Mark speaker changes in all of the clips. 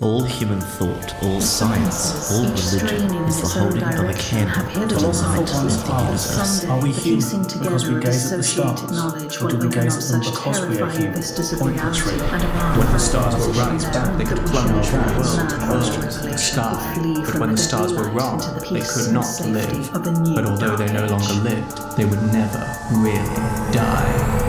Speaker 1: All human thought, all science, all religion is the holding of a candle to the light
Speaker 2: Philosopher once
Speaker 1: of the universe.
Speaker 2: asked, Are we human because we gaze at the stars? Or do we gaze at them because we are human? Point the tree. When the stars were right, they could plumb the whole world to nostrils and sky. But when the stars were wrong, they could not live. But although they no longer lived, they would never really die.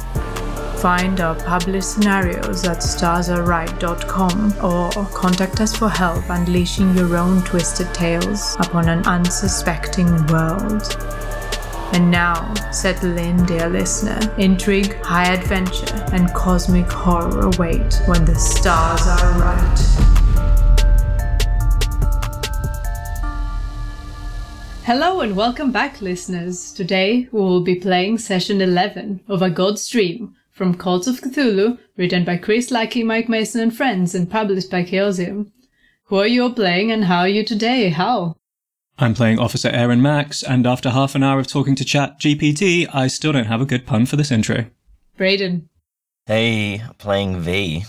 Speaker 3: Find our published scenarios at starsarright.com or contact us for help unleashing your own twisted tales upon an unsuspecting world. And now, settle in, dear listener. Intrigue, high adventure, and cosmic horror await when the stars are right. Hello and welcome back, listeners. Today we will be playing session 11 of A God's Dream from Cult of Cthulhu, written by Chris Lackey, Mike Mason, and friends, and published by Chaosium. Who are you playing and how are you today? How?
Speaker 4: I'm playing Officer Aaron Max, and after half an hour of talking to Chat GPT, I still don't have a good pun for this intro.
Speaker 3: Brayden.
Speaker 5: Hey, playing V.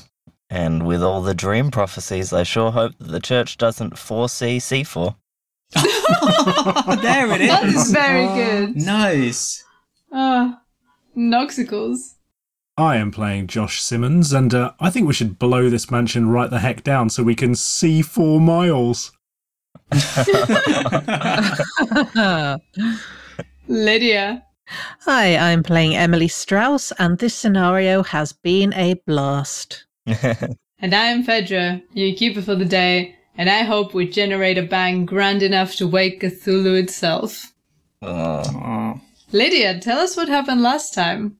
Speaker 5: And with all the dream prophecies, I sure hope that the church doesn't foresee C4.
Speaker 4: there it
Speaker 3: That is very good.
Speaker 4: Nice.
Speaker 3: Ah, Noxicals.
Speaker 6: I am playing Josh Simmons, and uh, I think we should blow this mansion right the heck down so we can see four miles.
Speaker 3: Lydia.
Speaker 7: Hi, I'm playing Emily Strauss, and this scenario has been a blast.
Speaker 3: And I am Fedra, your keeper for the day, and I hope we generate a bang grand enough to wake Cthulhu itself.
Speaker 5: oh,
Speaker 3: Lydia, tell us what happened last time.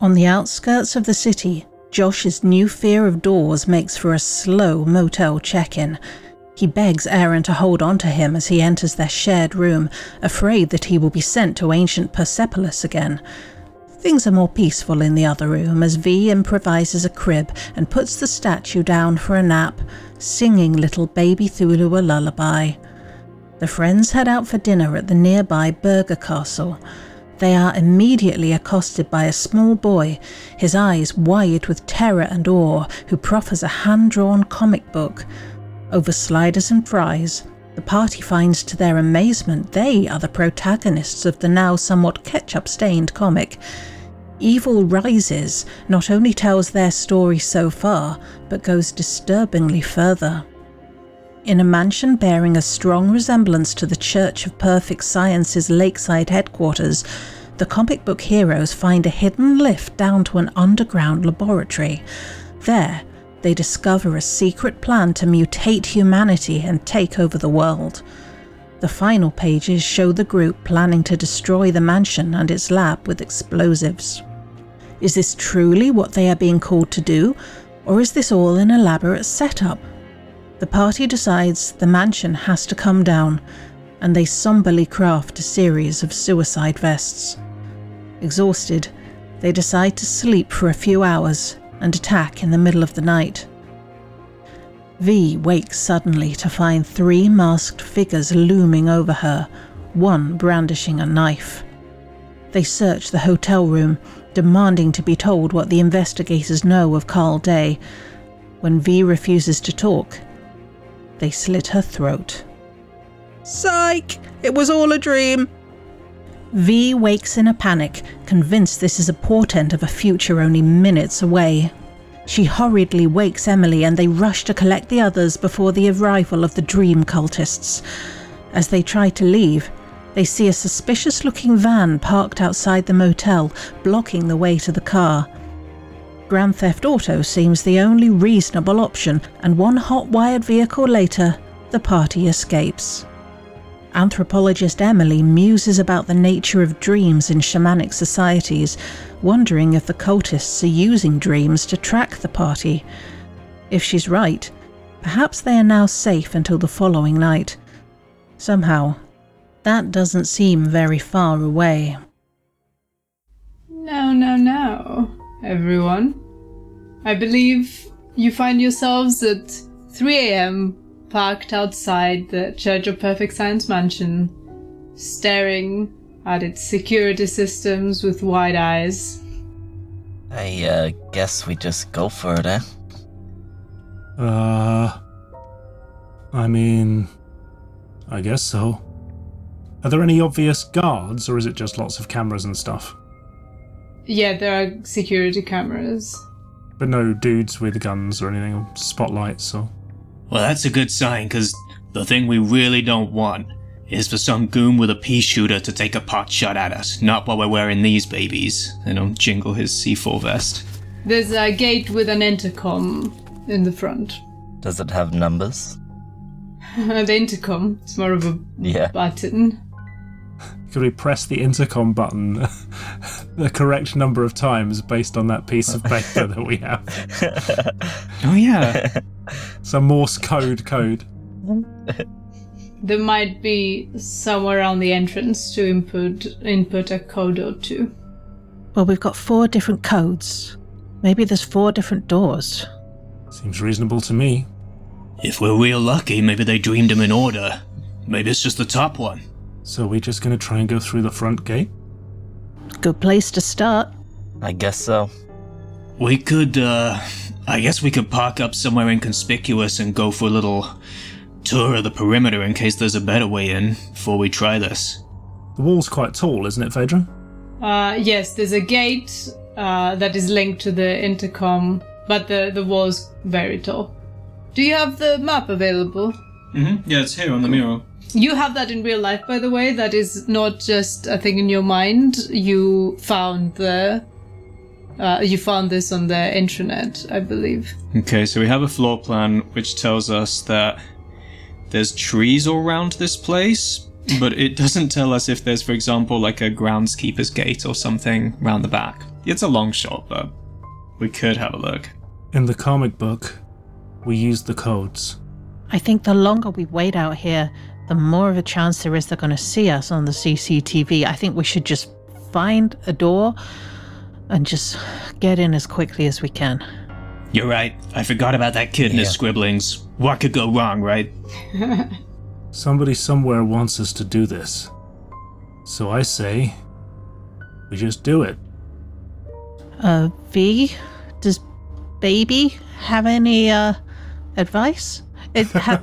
Speaker 7: On the outskirts of the city, Josh's new fear of doors makes for a slow motel check in. He begs Aaron to hold on to him as he enters their shared room, afraid that he will be sent to ancient Persepolis again. Things are more peaceful in the other room as V improvises a crib and puts the statue down for a nap, singing little baby Thulu a lullaby. The friends head out for dinner at the nearby Burger Castle. They are immediately accosted by a small boy, his eyes wide with terror and awe, who proffers a hand drawn comic book. Over sliders and fries, the party finds to their amazement they are the protagonists of the now somewhat ketchup stained comic. Evil Rises not only tells their story so far, but goes disturbingly further. In a mansion bearing a strong resemblance to the Church of Perfect Science's lakeside headquarters, the comic book heroes find a hidden lift down to an underground laboratory. There, they discover a secret plan to mutate humanity and take over the world. The final pages show the group planning to destroy the mansion and its lab with explosives. Is this truly what they are being called to do, or is this all an elaborate setup? The party decides the mansion has to come down, and they somberly craft a series of suicide vests. Exhausted, they decide to sleep for a few hours and attack in the middle of the night. V wakes suddenly to find three masked figures looming over her, one brandishing a knife. They search the hotel room, demanding to be told what the investigators know of Carl Day. When V refuses to talk, they slit her throat. Psych! It was all a dream! V wakes in a panic, convinced this is a portent of a future only minutes away. She hurriedly wakes Emily and they rush to collect the others before the arrival of the dream cultists. As they try to leave, they see a suspicious looking van parked outside the motel, blocking the way to the car. Grand Theft Auto seems the only reasonable option, and one hot wired vehicle later, the party escapes. Anthropologist Emily muses about the nature of dreams in shamanic societies, wondering if the cultists are using dreams to track the party. If she's right, perhaps they are now safe until the following night. Somehow, that doesn't seem very far away.
Speaker 3: No, no, no. everyone. I believe you find yourselves at 3 a.m. parked outside the Church of Perfect Science mansion, staring at its security systems with wide eyes.
Speaker 5: I uh, guess we just go for it, eh?
Speaker 6: Uh, I mean, I guess so. Are there any obvious guards, or is it just lots of cameras and stuff?
Speaker 3: Yeah, there are security cameras.
Speaker 6: But no dudes with guns or anything, or spotlights or.
Speaker 1: Well, that's a good sign, because the thing we really don't want is for some goon with a pea shooter to take a pot shot at us, not while we're wearing these babies. And I'll jingle his C4 vest.
Speaker 3: There's a gate with an intercom in the front.
Speaker 5: Does it have numbers?
Speaker 3: the intercom. It's more of a
Speaker 5: Yeah.
Speaker 3: button.
Speaker 6: Could we press the intercom button the correct number of times based on that piece of paper that we have?
Speaker 4: Oh, yeah.
Speaker 6: Some Morse code code.
Speaker 3: There might be somewhere around the entrance to input input a code or two.
Speaker 7: Well, we've got four different codes. Maybe there's four different doors.
Speaker 6: Seems reasonable to me.
Speaker 1: If we're real lucky, maybe they dreamed them in order. Maybe it's just the top one.
Speaker 6: So we're just going to try and go through the front gate?
Speaker 7: Good place to start.
Speaker 5: I guess so.
Speaker 1: We could, uh, I guess we could park up somewhere inconspicuous and go for a little tour of the perimeter in case there's a better way in before we try this.
Speaker 6: The wall's quite tall, isn't it, Phaedra?
Speaker 3: Uh, yes, there's a gate uh, that is linked to the intercom, but the, the wall's very tall. Do you have the map available?
Speaker 4: Mm-hmm. Yeah, it's here on the mural.
Speaker 3: You have that in real life, by the way. That is not just a thing in your mind. You found the. Uh, you found this on the intranet, I believe.
Speaker 4: Okay, so we have a floor plan which tells us that there's trees all around this place, but it doesn't tell us if there's, for example, like a groundskeeper's gate or something round the back. It's a long shot, but we could have a look.
Speaker 6: In the comic book, we use the codes.
Speaker 7: I think the longer we wait out here, the more of a chance there is they're going to see us on the CCTV. I think we should just find a door and just get in as quickly as we can.
Speaker 1: You're right. I forgot about that kid and his
Speaker 5: Yeah.
Speaker 1: scribblings. What could go wrong, right?
Speaker 6: Somebody somewhere wants us to do this. So I say, we just do it.
Speaker 7: Uh, V, does baby have any uh, advice? It ha-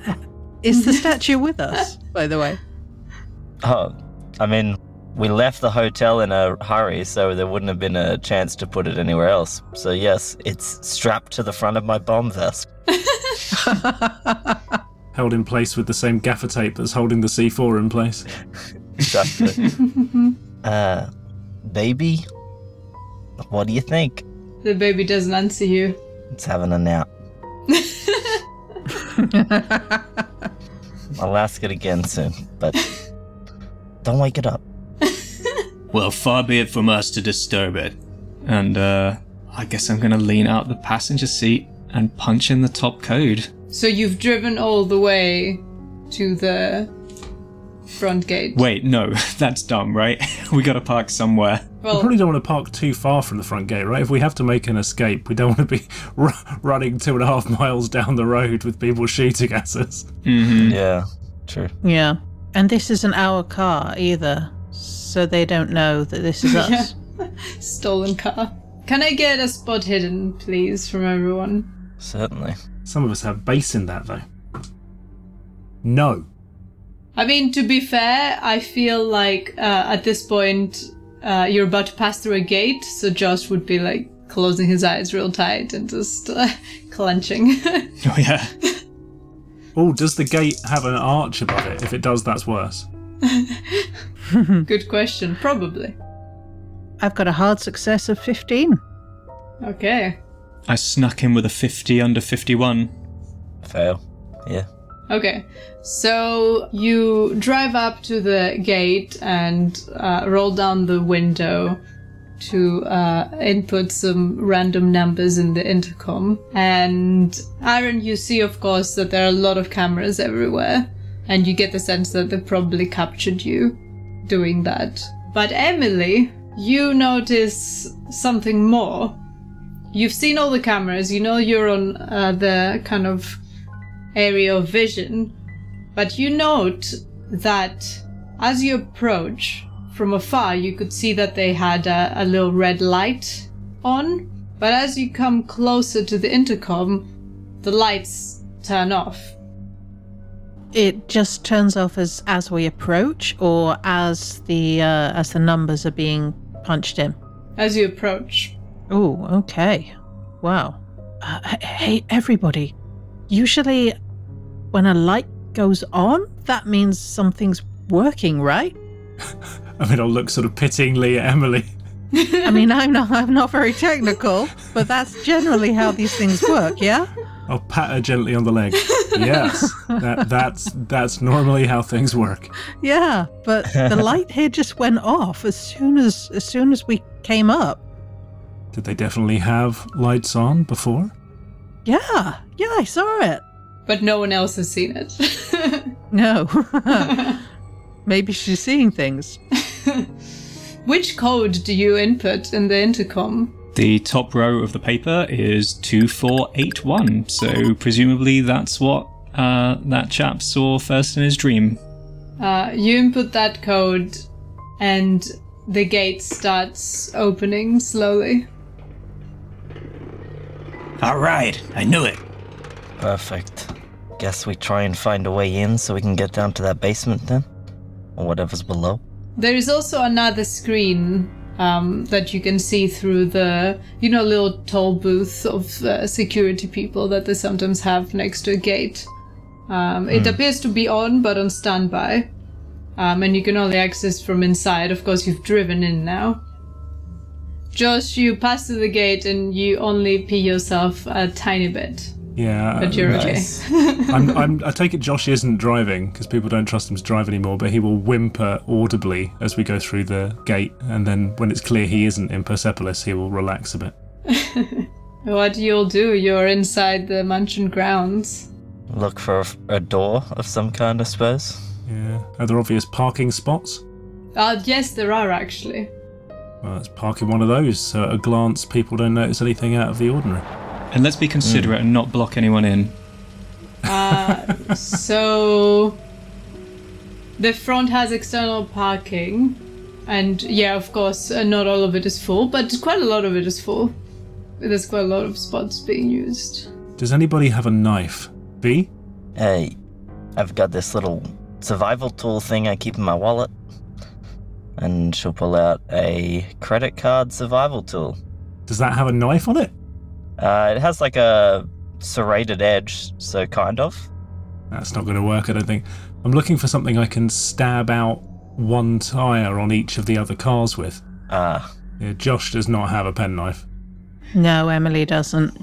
Speaker 7: is the statue with us, by the way?
Speaker 5: Oh, I mean, we left the hotel in a hurry, so there wouldn't have been a chance to put it anywhere else. So, yes, it's strapped to the front of my bomb vest.
Speaker 6: Held in place with the same gaffer tape that's holding the C4 in place.
Speaker 5: Exactly. uh, baby, what do you think?
Speaker 3: The baby doesn't answer you.
Speaker 5: It's having a nap. I'll ask it again soon, but don't wake it up.
Speaker 1: Well, far be it from us to disturb it.
Speaker 4: And uh, I guess I'm gonna lean out the passenger seat and punch in the top code.
Speaker 3: So you've driven all the way to the front gate.
Speaker 4: Wait, no, that's dumb, right? we gotta park somewhere.
Speaker 6: We
Speaker 3: well,
Speaker 6: probably don't want to park too far from the front gate, right? If we have to make an escape, we don't want to be r- running two and a half miles down the road with people shooting at us.
Speaker 5: Yeah, true.
Speaker 7: Yeah. And this isn't our car either, so they don't know that this is us.
Speaker 3: stolen car. Can I get a spot hidden, please, from everyone?
Speaker 5: Certainly.
Speaker 6: Some of us have base in that, though. No.
Speaker 3: I mean, to be fair, I feel like uh, at this point uh, you're about to pass through a gate, so Josh would be like closing his eyes real tight and just uh, clenching.
Speaker 4: Oh yeah.
Speaker 6: Oh, does the gate have an arch above it? If it does, that's worse.
Speaker 3: Good question, probably.
Speaker 7: I've got a hard success of 15.
Speaker 3: Okay.
Speaker 4: I snuck in with a 50 under 51.
Speaker 5: Fail. Yeah.
Speaker 3: Okay, so you drive up to the gate and uh, roll down the window to uh, input some random numbers in the intercom. And Aaron, you see, of course, that there are a lot of cameras everywhere, and you get the sense that they probably captured you doing that. But Emily, you notice something more you've seen all the cameras. You know you're on uh, the kind of area of vision, but you note that as you approach from afar, you could see that they had a, a little red light on. But as you come closer to the intercom, the lights turn off.
Speaker 7: It just turns off as as we approach, or as the uh, as the numbers are being punched in.
Speaker 3: As you approach,
Speaker 7: Oh, okay. Wow. Uh, h- hey, everybody. Usually, when a light goes on, that means something's working, right?
Speaker 6: I mean, I'll look sort of pityingly at Emily.
Speaker 7: I mean, I'm not, I'm not very technical, but that's generally how these things work, yeah?
Speaker 6: I'll pat her gently on the leg. Yes, that, that's that's normally how things work.
Speaker 7: Yeah, but the light here just went off as soon as as soon as we came up.
Speaker 6: Did they definitely have lights on before?
Speaker 7: Yeah, yeah, I saw it.
Speaker 3: but no one else has seen it.
Speaker 7: No. Maybe she's seeing things.
Speaker 3: Which code do you input in the intercom?
Speaker 4: The top row of the paper is 2481, so presumably that's what uh, that chap saw first in his dream.
Speaker 3: Uh, you input that code, and the gate starts opening slowly.
Speaker 1: All right, I knew it.
Speaker 5: Perfect. Guess we try and find a way in so we can get down to that basement then? Or whatever's below?
Speaker 3: There is also another screen um, that you can see through the, you know, little toll booth of uh, security people that they sometimes have next to a gate. Um, It appears to be on, but on standby. Um, and you can only access from inside. Of course, you've driven in now. Josh, you pass through the gate and you only pee yourself a tiny bit,
Speaker 6: Yeah.
Speaker 3: but you're okay.
Speaker 6: I'm, I'm, I take it Josh isn't driving because people don't trust him to drive anymore, but he will whimper audibly as we go through the gate. And then when it's clear he isn't in Persepolis, he will relax a bit.
Speaker 3: what you'll do, you're inside the mansion grounds.
Speaker 5: Look for a, f- a door of some kind, I suppose.
Speaker 6: Yeah. Are there obvious parking spots?
Speaker 3: Uh, yes, there are actually.
Speaker 6: Well, let's park in one of those so at a glance people don't notice anything out of the ordinary.
Speaker 4: And let's be considerate and not block anyone in.
Speaker 3: So the front has external parking, and yeah, of course, uh, not all of it is full, but quite a lot of it is full. There's quite a lot of spots being used.
Speaker 6: Does anybody have a knife? B?
Speaker 5: Hey, I've got this little survival tool thing I keep in my wallet. And she'll pull out a credit card survival tool.
Speaker 6: Does that have a knife on it?
Speaker 5: Uh, it has like a serrated edge, so kind of.
Speaker 6: That's not going to work, I don't think. I'm looking for something I can stab out one tyre on each of the other cars with.
Speaker 5: Ah,
Speaker 6: Yeah, Josh does not have a penknife.
Speaker 7: No, Emily doesn't.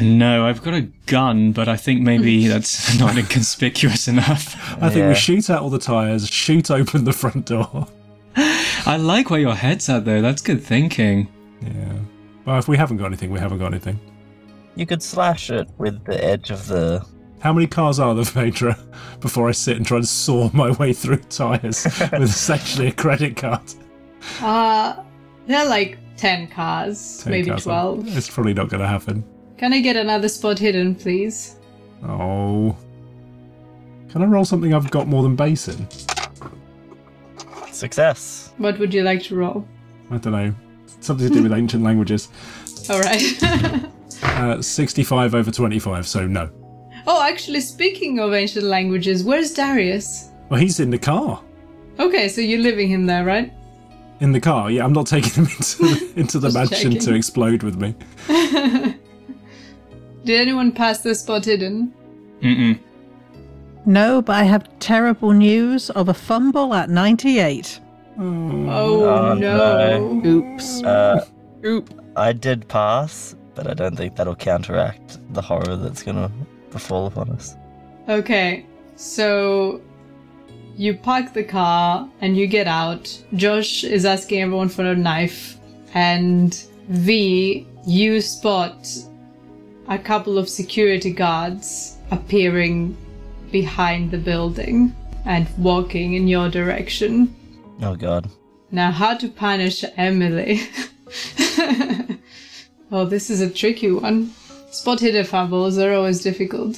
Speaker 4: No, I've got a gun, but I think maybe that's not inconspicuous enough.
Speaker 6: I think
Speaker 5: Yeah.
Speaker 6: we shoot out all the tyres, shoot open the front door.
Speaker 4: I like where your head's at, though. That's good thinking.
Speaker 6: Yeah. Well, if we haven't got anything, we haven't got anything.
Speaker 5: you could slash it with the edge of the.
Speaker 6: How many cars are there, Phaedra, before I sit and try and saw my way through tyres with essentially a credit card?
Speaker 3: Uh, there are like 10 cars,
Speaker 6: Ten
Speaker 3: maybe
Speaker 6: cars.
Speaker 3: 12.
Speaker 6: It's probably not going to happen.
Speaker 3: Can I get another spot hidden, please?
Speaker 6: Oh. Can I roll something I've got more than base in?
Speaker 5: Success!
Speaker 3: What would you like to roll?
Speaker 6: I don't know. Something to do with ancient languages.
Speaker 3: All right.
Speaker 6: Uh, 65 over 25, so no.
Speaker 3: oh, actually, speaking of ancient languages, where's Darius?
Speaker 6: Well, he's in the car.
Speaker 3: Okay, so you're leaving him there, right?
Speaker 6: In the car, yeah. I'm not taking him into the, into the
Speaker 3: Just
Speaker 6: mansion to
Speaker 3: checking.
Speaker 6: explode with me.
Speaker 3: Did anyone pass the spot hidden?
Speaker 4: Mm-mm.
Speaker 7: No, but I have terrible news of a fumble at 98.
Speaker 3: Oh,
Speaker 6: Mm, uh,
Speaker 5: Oh,
Speaker 3: no.
Speaker 7: Oops.
Speaker 5: Uh,
Speaker 7: Oop.
Speaker 5: I did pass, but I don't think that'll counteract the horror that's gonna befall upon us.
Speaker 3: Okay, so you park the car and you get out. Josh is asking everyone for a knife, and V, you spot a couple of security guards appearing behind the building and walking in your direction.
Speaker 5: Oh god.
Speaker 3: Now, how to punish Emily? Oh, this is a tricky one. Spot hidden fumbles are always difficult.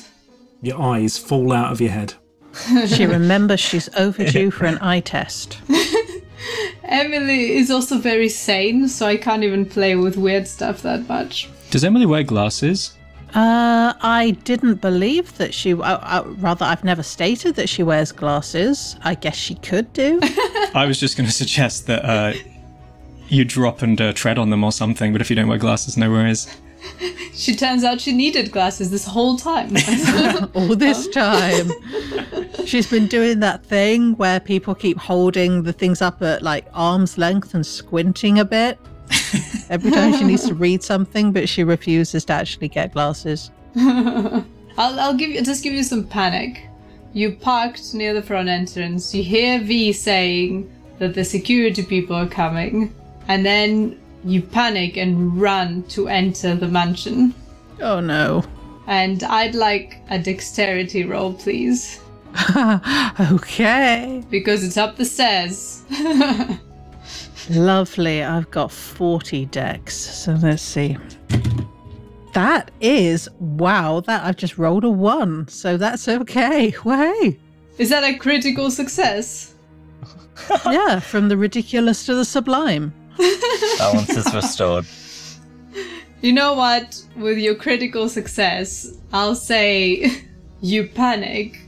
Speaker 6: Your eyes fall out of your head.
Speaker 7: She remembers she's overdue for an eye test.
Speaker 3: Emily is also very sane, so I can't even play with weird stuff that much.
Speaker 4: Does Emily wear glasses?
Speaker 7: Uh, I didn't believe that she. Uh, uh, rather, I've never stated that she wears glasses. I guess she could do.
Speaker 4: I was just going to suggest that uh, you drop and uh, tread on them or something, but if you don't wear glasses, no worries.
Speaker 3: She turns out she needed glasses this whole time.
Speaker 7: All this time, she's been doing that thing where people keep holding the things up at like arm's length and squinting a bit every time she needs to read something, but she refuses to actually get glasses.
Speaker 3: I'll, I'll give you just give you some panic. You parked near the front entrance. You hear V saying that the security people are coming, and then you panic and run to enter the mansion.
Speaker 7: Oh no.
Speaker 3: And I'd like a dexterity roll, please,
Speaker 7: okay.
Speaker 3: because it's up the stairs.
Speaker 7: Lovely. I've got 40 decks. So let's see. That is wow. That I've just rolled a one. So that's okay. Way.
Speaker 3: Is that a critical success?
Speaker 7: yeah, from the ridiculous to the sublime.
Speaker 5: Balance is restored.
Speaker 3: You know what? With your critical success, I'll say you panic.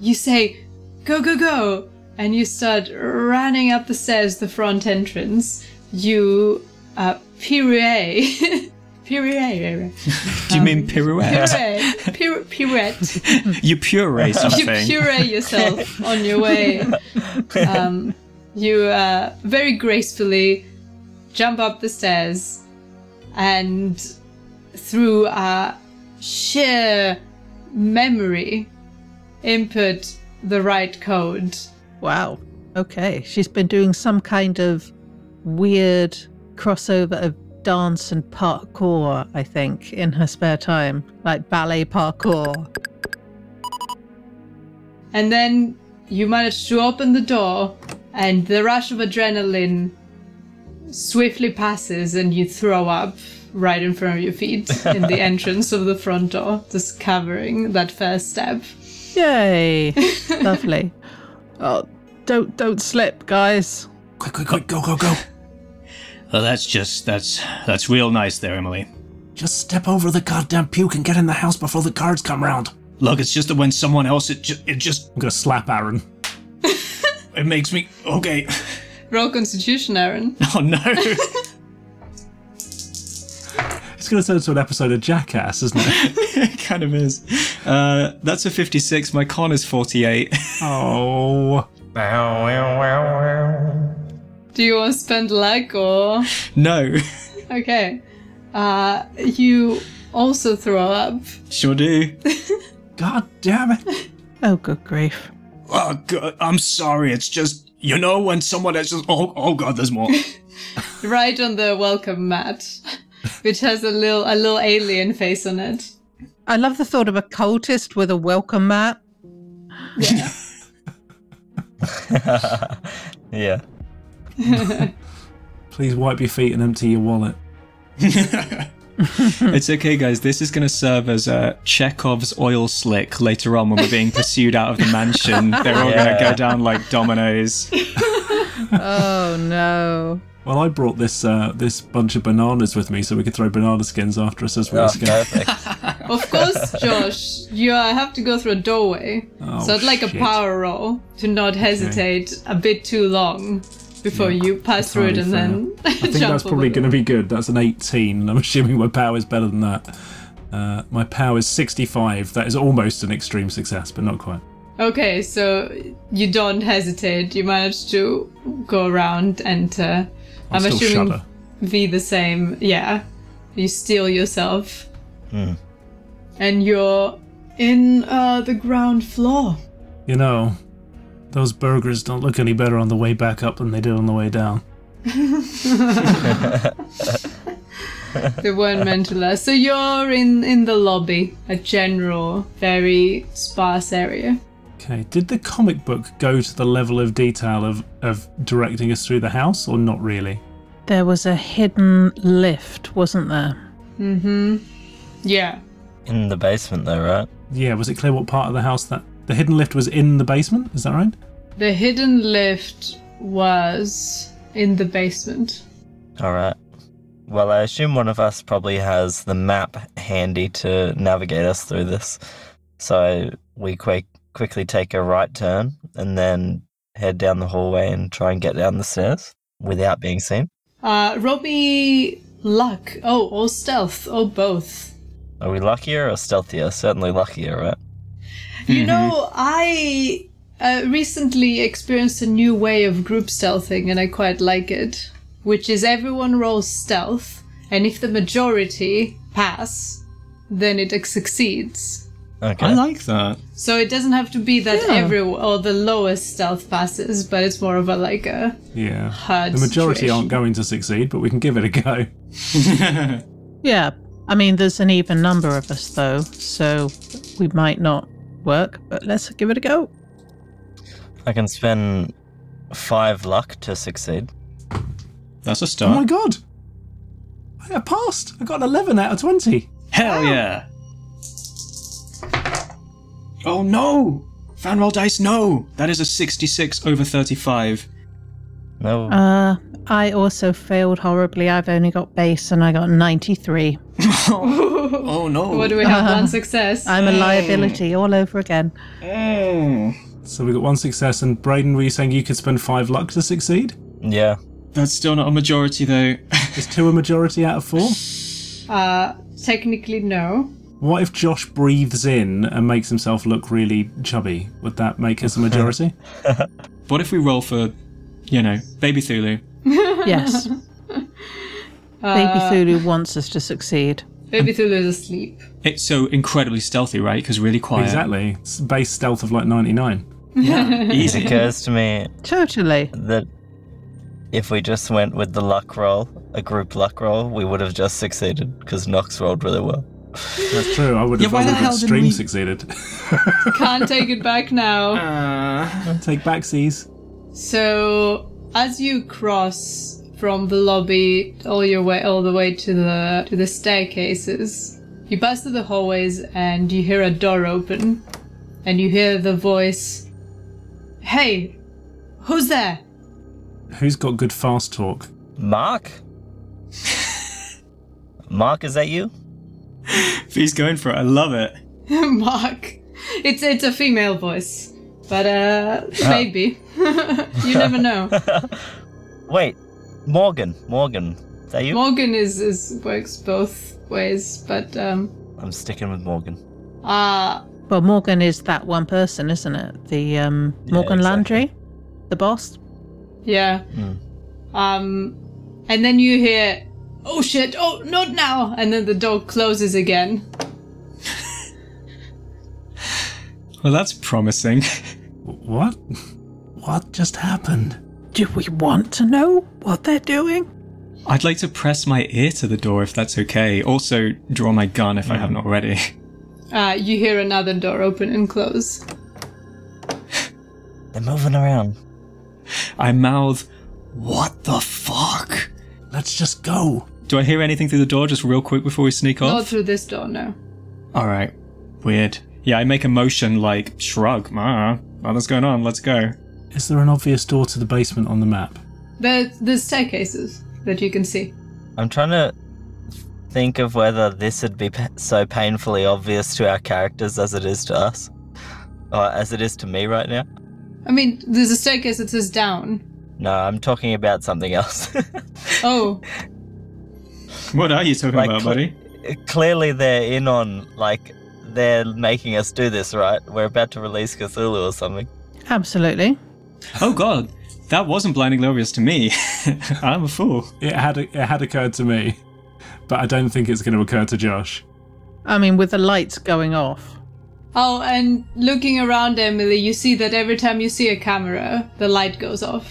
Speaker 3: You say, go, go, go and you start running up the stairs, the front entrance. You uh, pirouette. pirouette.
Speaker 4: Do you mean pirouette?
Speaker 3: Pirouette. Pir- pirouette.
Speaker 4: you puree
Speaker 3: you
Speaker 4: something.
Speaker 3: pirouette yourself on your way. Um, you uh, very gracefully jump up the stairs and through uh, sheer memory input the right code.
Speaker 7: Wow. Okay. She's been doing some kind of weird crossover of dance and parkour, I think, in her spare time, like ballet parkour.
Speaker 3: And then you manage to open the door, and the rush of adrenaline swiftly passes, and you throw up right in front of your feet in the entrance of the front door, just covering that first step.
Speaker 7: Yay. Lovely. Oh, don't don't slip, guys.
Speaker 6: Quick, quick, quick, go, go, go.
Speaker 1: Well, that's just that's that's real nice there, Emily.
Speaker 6: Just step over the goddamn puke and get in the house before the guards come round.
Speaker 1: Look, it's just that when someone else it, ju- it just
Speaker 6: I'm gonna slap Aaron.
Speaker 1: it makes me okay.
Speaker 3: Roll Constitution, Aaron.
Speaker 1: Oh no.
Speaker 6: It's gonna turn into an episode of Jackass, isn't it?
Speaker 4: it kind of is. Uh, that's a 56. My con is 48.
Speaker 6: oh.
Speaker 3: Do you want to spend luck or?
Speaker 4: no,
Speaker 3: Okay. Uh, you also throw up.
Speaker 4: sure do.
Speaker 6: God damn it.
Speaker 7: Oh, good grief.
Speaker 1: Oh god, I'm sorry. It's just you know when someone is just oh oh god, there's more.
Speaker 3: right on the welcome mat, which has a little a little alien face on it.
Speaker 7: I love the thought of a cultist with a welcome mat.
Speaker 5: Yeah.
Speaker 6: Please wipe your feet and empty your wallet.
Speaker 4: It's okay, guys. This is going to serve as uh, Chekhov's oil slick later on when we're being pursued out of the mansion. They're all going to
Speaker 5: Yeah.
Speaker 4: go down like dominoes.
Speaker 7: Oh no.
Speaker 6: Well, I brought this uh, this bunch of bananas with me so we could throw banana skins after us as we
Speaker 5: Oh,
Speaker 6: were going.
Speaker 5: perfect.
Speaker 3: Of course, Josh, you uh, have to go through a doorway.
Speaker 6: Oh,
Speaker 3: so I'd like a
Speaker 6: shit.
Speaker 3: power roll to not hesitate a bit too long before you pass through it and
Speaker 6: entirely
Speaker 3: then
Speaker 6: I think
Speaker 3: jump
Speaker 6: that's probably
Speaker 3: over.
Speaker 6: going to be good. That's an 18, and I'm assuming my power is better than that. Uh, my power is 65. That is almost an extreme success, but not quite.
Speaker 3: Okay, so you don't hesitate. You manage to go around, enter.
Speaker 6: I still shudder.
Speaker 3: V the same. Yeah, you steal yourself,
Speaker 6: Hmm.
Speaker 3: and you're in uh, the ground floor.
Speaker 6: You know, those burgers don't look any better on the way back up than they did on the way down.
Speaker 3: They weren't meant to last. So you're in in the lobby, a general, very sparse area.
Speaker 6: Okay, did the comic book go to the level of detail of, of directing us through the house, or not really?
Speaker 7: There was a hidden lift, wasn't there?
Speaker 3: Mm-hmm. Yeah.
Speaker 5: In the basement, though, right?
Speaker 6: Yeah, was it clear what part of the house that the hidden lift was in the basement? Is that right?
Speaker 3: The hidden lift was in the basement.
Speaker 5: All right. Well, I assume one of us probably has the map handy to navigate us through this. So we quick, quickly take a right turn and then head down the hallway and try and get down the stairs without being seen.
Speaker 3: Uh, roll me luck. Oh, or stealth, or both.
Speaker 5: Are we luckier or stealthier? Certainly luckier, right?
Speaker 3: You know, I uh, recently experienced a new way of group stealthing, and I quite like it. Which is everyone rolls stealth, and if the majority pass, then it succeeds.
Speaker 5: Okay.
Speaker 4: I like that.
Speaker 3: So it doesn't have to be that
Speaker 7: Yeah.
Speaker 3: everyone or the lowest stealth passes, but it's more of a like a
Speaker 6: Yeah.
Speaker 3: hard.
Speaker 6: The majority
Speaker 3: situation.
Speaker 6: aren't going to succeed, but we can give it a go.
Speaker 7: Yeah. I mean, there's an even number of us, though, so we might not work, but let's give it a go.
Speaker 5: I can spend five luck to succeed.
Speaker 4: That's a
Speaker 6: Oh
Speaker 4: start.
Speaker 6: my god! I passed! I got an 11 out of 20.
Speaker 1: Hell yeah!
Speaker 4: Oh no! Fan roll dice, no! That is a 66 over 35.
Speaker 5: No.
Speaker 7: Uh, I also failed horribly. I've only got base and I got 93.
Speaker 4: Oh no!
Speaker 3: What do we have? One success.
Speaker 7: I'm a liability all over again.
Speaker 6: So we got one success, and Braden, were you saying you could spend five luck to succeed?
Speaker 5: yeah.
Speaker 4: That's still not a majority though.
Speaker 6: Is two a majority out of four?
Speaker 3: Uh, technically, no.
Speaker 6: What if Josh breathes in and makes himself look really chubby? Would that make us a majority?
Speaker 4: what if we roll for, you know, Baby Thulu?
Speaker 7: Yes. Baby Thulu wants us to succeed.
Speaker 3: Baby Thulu is asleep.
Speaker 4: It's so incredibly stealthy, right? Because really quiet.
Speaker 6: exactly. It's base stealth of like 99.
Speaker 4: Yeah, easy.
Speaker 5: Occurs to me
Speaker 7: Totally.
Speaker 5: that if we just went with the luck roll, a group luck roll, we would have just succeeded because Nox rolled really well.
Speaker 6: That's true. I would have,
Speaker 4: Yeah, why
Speaker 6: I would
Speaker 4: the
Speaker 6: have
Speaker 4: hell didn't
Speaker 6: extreme
Speaker 4: we-
Speaker 6: succeeded.
Speaker 3: Can't take it back now.
Speaker 6: Take backsies.
Speaker 3: So as you cross from the lobby all your way all the way to the to the staircases, you pass through the hallways and you hear a door open and you hear the voice Hey, who's there?
Speaker 6: Who's got good fast talk?
Speaker 5: Mark? Mark, is that you?
Speaker 4: He's going for it. I love it.
Speaker 3: Mark. It's it's a female voice. But uh maybe. you never know.
Speaker 5: Wait, Morgan. Morgan. Is that you?
Speaker 3: Morgan is, is works both ways, but um
Speaker 5: I'm sticking with Morgan.
Speaker 3: uh
Speaker 7: Well, Morgan is that one person, isn't it? The um, Morgan
Speaker 5: exactly.
Speaker 7: Landry, the boss.
Speaker 3: Yeah. Um, and then you hear, "Oh shit! Oh, not now!" And then the door closes again.
Speaker 4: Well, that's promising.
Speaker 6: What? What just happened?
Speaker 7: Do we want to know what they're doing?
Speaker 4: I'd like to press my ear to the door if that's okay. Also, draw my gun if I haven't already.
Speaker 3: Uh, you hear another door open and close.
Speaker 5: They're moving around.
Speaker 4: I mouth, What the fuck?
Speaker 6: Let's just go.
Speaker 4: Do I hear anything through the door just real quick before we sneak
Speaker 3: Not
Speaker 4: off?
Speaker 3: through this door, no.
Speaker 4: All right. Weird. Yeah, I make a motion like shrug. Ah, nothing's going on. Let's go.
Speaker 6: Is there an obvious door to the basement on the map?
Speaker 3: There, there's staircases that you can see.
Speaker 5: I'm trying to think of whether this would be pa- so painfully obvious to our characters as it is to us. Or as it is to me right now.
Speaker 3: I mean, there's a staircase that says down.
Speaker 5: No, I'm talking about something else.
Speaker 3: Oh,
Speaker 4: What are you talking
Speaker 5: Like
Speaker 4: about,
Speaker 5: cl-
Speaker 4: buddy?
Speaker 5: Clearly, they're in on, like, they're making us do this, right? We're about to release Cthulhu or something.
Speaker 7: Absolutely.
Speaker 4: Oh god, that wasn't blindingly obvious to me. I'm a fool.
Speaker 6: It had it had occurred to me, but I don't think it's going to occur to Josh.
Speaker 7: I mean, with the lights going off.
Speaker 3: oh, and looking around, Emily, you see that every time you see a camera, the light goes off.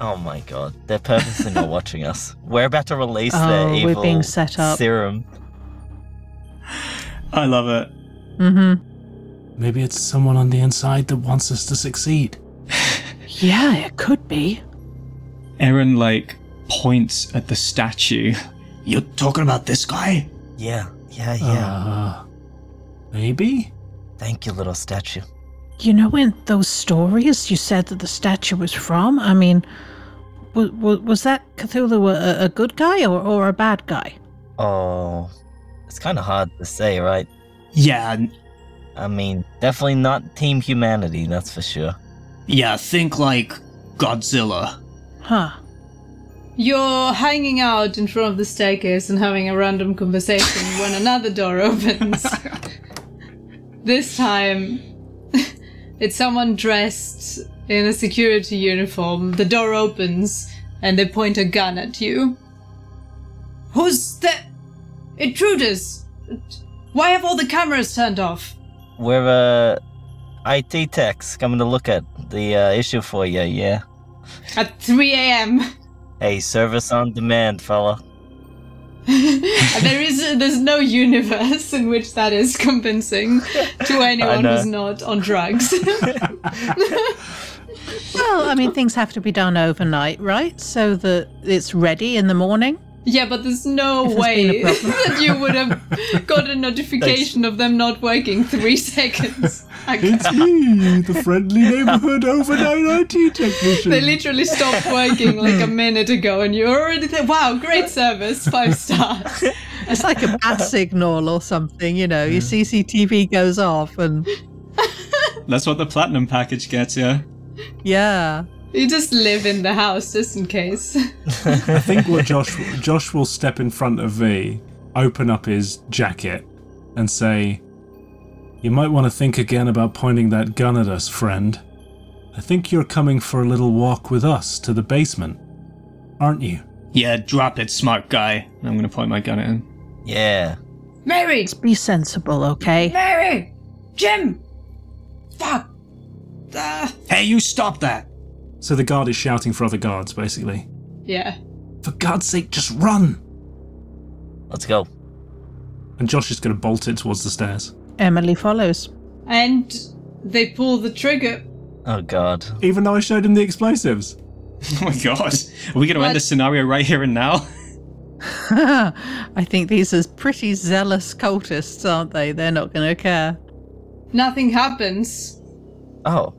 Speaker 5: Oh my god, they're purposely not watching us. We're about to release
Speaker 7: Oh,
Speaker 5: their
Speaker 7: we're
Speaker 5: evil
Speaker 7: being set up.
Speaker 5: serum.
Speaker 4: I love it.
Speaker 7: Mm-hmm.
Speaker 6: Maybe it's someone on the inside that wants us to succeed.
Speaker 7: Yeah, it could be.
Speaker 4: Aaron like points at the statue.
Speaker 1: You're talking about this guy?
Speaker 5: Yeah, yeah, yeah.
Speaker 6: Uh, maybe?
Speaker 5: Thank you, little statue.
Speaker 7: You know, in those stories you said that the statue was from, I mean, was, was that Cthulhu a, a good guy or, or a bad guy?
Speaker 5: Oh, it's kind of hard to say, right?
Speaker 1: Yeah, n-
Speaker 5: I mean, definitely not Team Humanity, that's for sure.
Speaker 1: yeah, think like Godzilla.
Speaker 7: Huh.
Speaker 3: You're hanging out in front of the staircase and having a random conversation when another door opens. this time, it's someone dressed in a security uniform. The door opens and they point a gun at you. Who's that? Intruders! Why have all the cameras turned off?
Speaker 5: We're uh, IT techs coming to look at the uh, issue for you, yeah?
Speaker 3: At 3 a.m.
Speaker 5: Hey, service on demand, fella.
Speaker 3: there is there's no universe in which that is compensing to anyone
Speaker 5: know.
Speaker 3: who's not on drugs.
Speaker 7: Well, I mean, things have to be done overnight, right? So that it's ready in the morning.
Speaker 3: yeah, but there's no
Speaker 7: there's been
Speaker 3: way
Speaker 7: a problem.
Speaker 3: that you would have got a notification of them not working three seconds. ago.
Speaker 6: It's me, the friendly neighborhood overnight IT technician.
Speaker 3: They literally stopped working like a minute ago, and you're already there. Wow, great service, five stars.
Speaker 7: It's like a bad signal or something, you know. Your CCTV goes off, and
Speaker 4: That's what the platinum package gets, yeah.
Speaker 7: yeah,
Speaker 3: You just live in the house just in case.
Speaker 6: I think what Josh Josh will step in front of V, open up his jacket, and say, "You might want to think again about pointing that gun at us, friend. I think you're coming for a little walk with us to the basement, aren't you?"
Speaker 1: Yeah, drop it, smart guy.
Speaker 4: I'm gonna point my gun at him.
Speaker 5: Yeah.
Speaker 3: Mary!
Speaker 7: be sensible, okay?
Speaker 3: Mary! Jim! Fuck! Ah.
Speaker 1: Hey, you stop that!
Speaker 6: So the guard is shouting for other guards, basically.
Speaker 3: Yeah.
Speaker 6: For God's sake, just run!
Speaker 5: Let's go.
Speaker 6: And Josh is going to bolt it towards the stairs.
Speaker 7: Emily follows.
Speaker 3: And they pull the trigger.
Speaker 5: Oh, God.
Speaker 6: Even though I showed him the explosives.
Speaker 4: Oh my god. Are we gonna
Speaker 3: But-
Speaker 4: end the scenario right here and now?
Speaker 7: I think these are pretty zealous cultists, aren't they? They're not going to care.
Speaker 3: Nothing happens.
Speaker 5: Oh,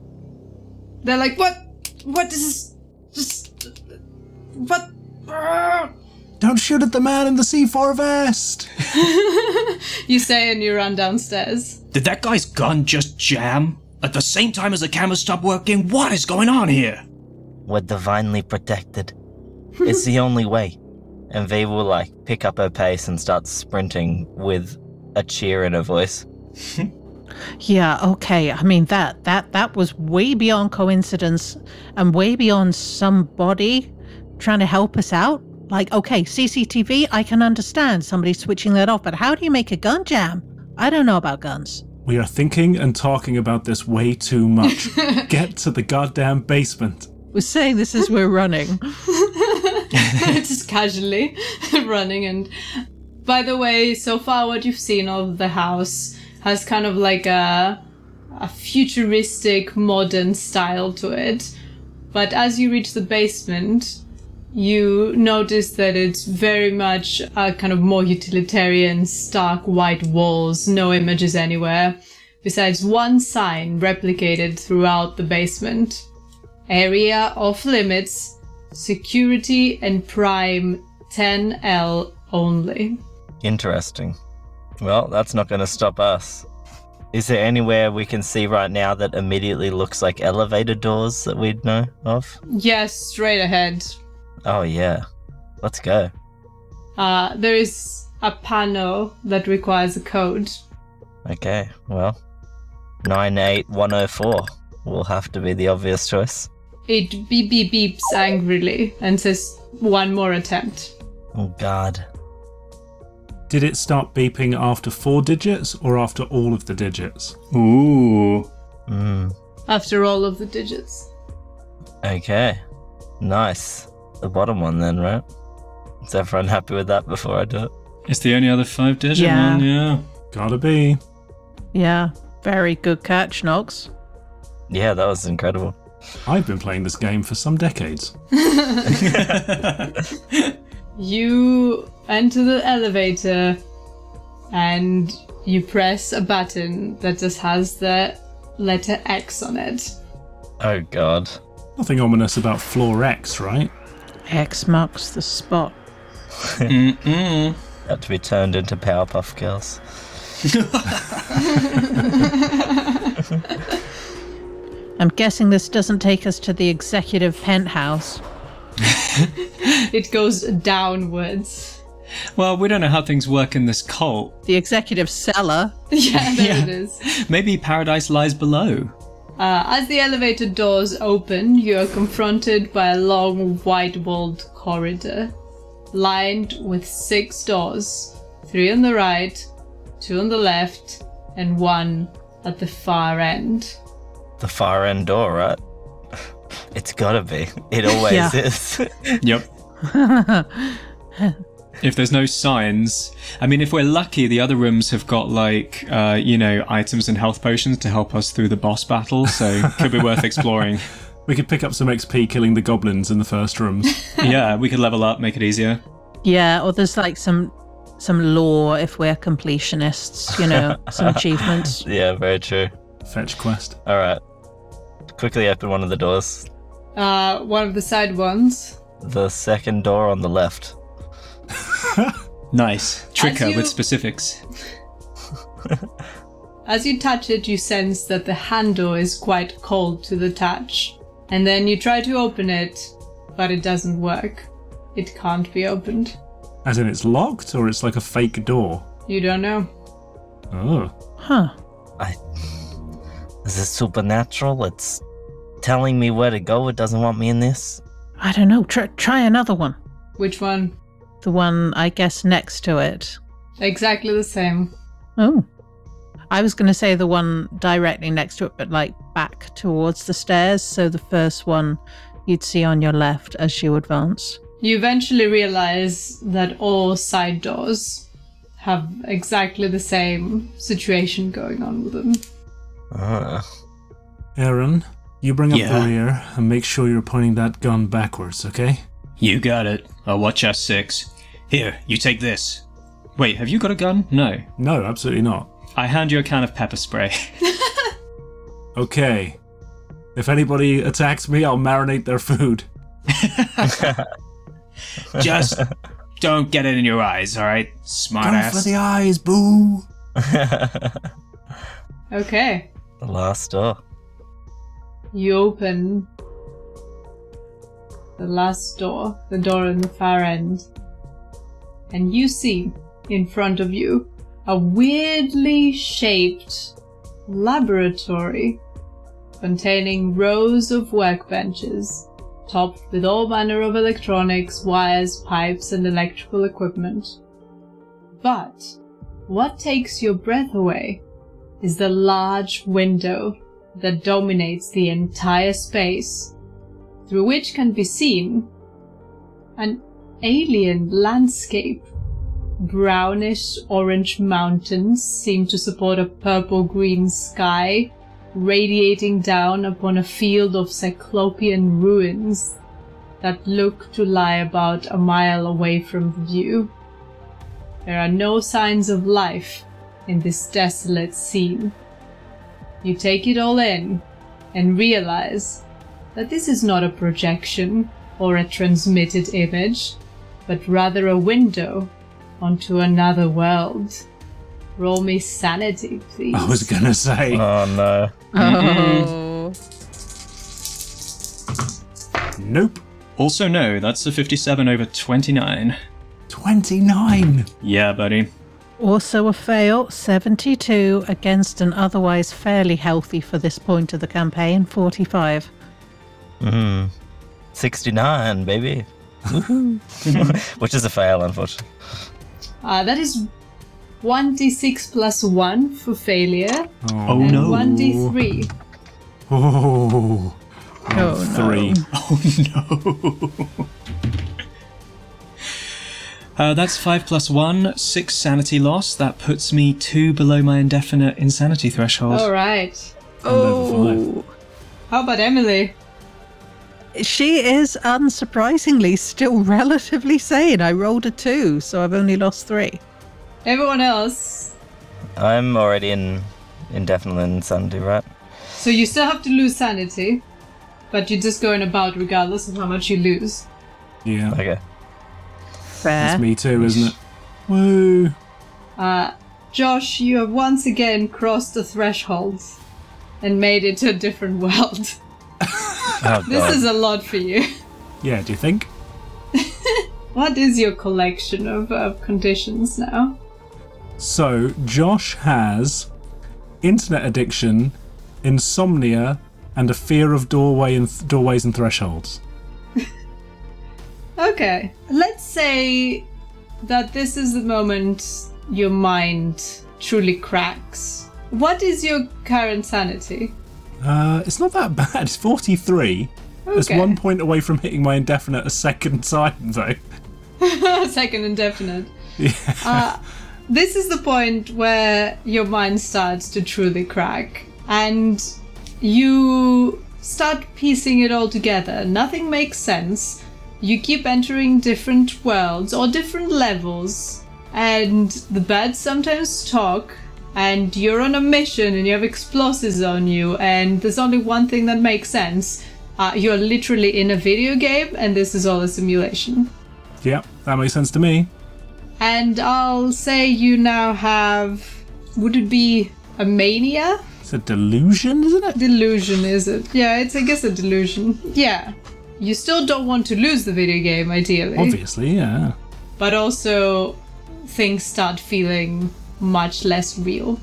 Speaker 3: They're like, what? What is this? Just. What? Ah."
Speaker 6: Don't shoot at the man in the C4 vest!
Speaker 3: You say and you run downstairs.
Speaker 1: Did that guy's gun just jam? At the same time as the camera stopped working? What is going on here?
Speaker 5: we're divinely protected. It's the only way. And V will, like, pick up her pace and start sprinting with a cheer in her voice.
Speaker 7: Yeah, okay. I mean that that that was way beyond coincidence and way beyond somebody trying to help us out. Like, okay, CCTV, I can understand somebody switching that off, but how do you make a gun jam? I don't know about guns.
Speaker 6: We are thinking and talking about this way too much. Get to the goddamn basement.
Speaker 7: We're saying this as we're running.
Speaker 3: just casually running and by the way so far what you've seen of the house has kind of like a a futuristic modern style to it but as you reach the basement you notice that it's very much a kind of more utilitarian stark white walls no images anywhere besides one sign replicated throughout the basement area off limits Security and Prime 10L only.
Speaker 5: Interesting. Well, that's not going to stop us. Is there anywhere we can see right now that immediately looks like elevator doors that we'd know of?
Speaker 3: Yes, straight ahead.
Speaker 5: Oh, yeah. Let's go.
Speaker 3: Uh, there is a panel that requires a code.
Speaker 5: Okay, well, 98104 will have to be the obvious choice.
Speaker 3: It beep beep beeps angrily and says, one more attempt.
Speaker 5: Oh, God.
Speaker 6: Did it start beeping after four digits or after all of the digits?
Speaker 4: Ooh.
Speaker 5: Mm,
Speaker 3: After all of the digits.
Speaker 5: okay. Nice. The bottom one, then, right? Is everyone happy with that before I do it?
Speaker 4: It's the only other five digit
Speaker 7: Yeah.
Speaker 4: one, yeah.
Speaker 6: Gotta be.
Speaker 7: Yeah, very good catch, Knox.
Speaker 5: Yeah, that was incredible.
Speaker 6: I've been playing this game for some decades.
Speaker 3: You enter the elevator and you press a button that just has the letter X on it.
Speaker 5: Oh god.
Speaker 6: Nothing ominous about floor X, right?
Speaker 7: X marks the spot.
Speaker 4: Mm-mm.
Speaker 5: Had to be turned into Powerpuff Girls.
Speaker 7: I'm guessing this doesn't take us to the executive penthouse.
Speaker 3: It goes downwards.
Speaker 4: Well, we don't know how things work in this cult.
Speaker 7: The executive cellar.
Speaker 3: Yeah, there it is.
Speaker 4: Maybe paradise lies below.
Speaker 3: Uh, as the elevator doors open, you are confronted by a long, white walled corridor lined with six doors three on the right, two on the left, and one at the far end.
Speaker 5: The far end door, right? It's gotta be. It always
Speaker 7: Yeah.
Speaker 5: is.
Speaker 4: Yep. if there's no signs, I mean, if we're lucky, the other rooms have got like, uh, you know, items and health potions to help us through the boss battle, so could be worth exploring.
Speaker 6: We could pick up some XP killing the goblins in the first rooms.
Speaker 4: Yeah, we could level up, make it easier.
Speaker 7: Yeah, or there's like some some lore if we're completionists, you know, some achievements.
Speaker 5: yeah, very true.
Speaker 6: Fetch quest.
Speaker 5: Alright. Quickly open one of the doors.
Speaker 3: Uh, one of the side ones.
Speaker 5: The second door on the left.
Speaker 4: Nice. Trick
Speaker 3: As
Speaker 4: her
Speaker 3: you-
Speaker 4: with specifics.
Speaker 3: As you touch it, you sense that the handle is quite cold to the touch. And then you try to open it, but it doesn't work. It can't be opened.
Speaker 6: As in it's locked or it's like a fake door?
Speaker 3: You don't know.
Speaker 6: Oh.
Speaker 7: Huh.
Speaker 5: I Is this supernatural? It's telling me where to go, it doesn't want me in this.
Speaker 7: I don't know. Try, try another one.
Speaker 3: Which one?
Speaker 7: The one, I guess, next to it.
Speaker 3: Exactly the same.
Speaker 7: Oh. I was going to say the one directly next to it, but like back towards the stairs. So the first one you'd see on your left as you advance.
Speaker 3: You eventually realize that all side doors have exactly the same situation going on with them.
Speaker 5: Uh,
Speaker 6: Aaron, you bring up
Speaker 1: Yeah.
Speaker 6: the rear and make sure you're pointing that gun backwards, okay?
Speaker 1: You got it. I'll watch our six. Here, you take this.
Speaker 4: Wait, have you got a gun? No.
Speaker 6: No, absolutely not.
Speaker 4: I hand you a can of pepper spray.
Speaker 6: Okay. If anybody attacks me, I'll marinate their food.
Speaker 1: Just don't get it in your eyes, alright? Smart
Speaker 6: Go
Speaker 1: ass.
Speaker 6: for the eyes, boo!
Speaker 5: the
Speaker 3: Okay.
Speaker 5: last door.
Speaker 3: You open the last door, the door on the far end, and you see in front of you a weirdly shaped laboratory containing rows of workbenches topped with all manner of electronics, wires, pipes, and electrical equipment. But what takes your breath away is the large window that dominates the entire space, through which can be seen an alien landscape. Brownish orange mountains seem to support a purple green sky, radiating down upon a field of cyclopean ruins that look to lie about a mile away from view. There are no signs of life in this desolate scene. You take it all in and realize that this is not a projection or a transmitted image, but rather a window onto another world. Roll me sanity, please.
Speaker 6: I was gonna say.
Speaker 5: Oh no.
Speaker 7: Oh.
Speaker 6: Nope.
Speaker 4: also, no, that's a 57 over 29.
Speaker 6: 29!
Speaker 4: Yeah, buddy.
Speaker 7: Also a fail, 72 against an otherwise fairly healthy for this point of the campaign, 45.
Speaker 5: 69, baby. Woohoo. Which is a fail, unfortunately.
Speaker 3: Uh, that is 1d6 plus 1 for failure,
Speaker 4: Oh,
Speaker 3: and
Speaker 4: no.
Speaker 3: 1d3.
Speaker 6: Oh.
Speaker 7: Oh, no.
Speaker 6: Three.
Speaker 4: Oh no. Uh, that's five plus one, six sanity loss. That puts me two below my indefinite insanity threshold.
Speaker 3: Alright.
Speaker 6: Oh.
Speaker 3: How about Emily?
Speaker 8: she is unsurprisingly still relatively sane. I rolled a two, so I've only lost three.
Speaker 3: Everyone else.
Speaker 5: I'm already in indefinite insanity, right?
Speaker 3: So you still have to lose sanity, but you're just going about regardless of how much you lose.
Speaker 6: Yeah.
Speaker 5: Okay.
Speaker 8: Fair.
Speaker 6: That's me too, isn't it? Woo.
Speaker 3: Uh, Josh, you have once again crossed the threshold and made it to a different world.
Speaker 5: Oh, God.
Speaker 3: This is a lot for you.
Speaker 6: Yeah, do you think?
Speaker 3: What is your collection of, of conditions now?
Speaker 6: So, Josh has internet addiction, insomnia, and a fear of doorway and doorways and thresholds.
Speaker 3: Okay, let's say that this is the moment your mind truly cracks. What is your current sanity?
Speaker 6: Uh, it's not that bad. It's 43. It's
Speaker 3: Okay.
Speaker 6: one point away from hitting my indefinite a second time, though.
Speaker 3: Second indefinite. Uh, this is the point where your mind starts to truly crack and you start piecing it all together. Nothing makes sense. You keep entering different worlds or different levels, and the birds sometimes talk. And you're on a mission, and you have explosives on you, and there's only one thing that makes sense. Uh, you're literally in a video game, and this is all a simulation.
Speaker 6: Yep, that makes sense to me.
Speaker 3: And I'll say you now have. Would it be a mania?
Speaker 6: It's a delusion, isn't it?
Speaker 3: Delusion, is it? Yeah, it's, I guess, a delusion. Yeah. You still don't want to lose the video game, ideally.
Speaker 6: Obviously, yeah.
Speaker 3: But also, things start feeling much less real.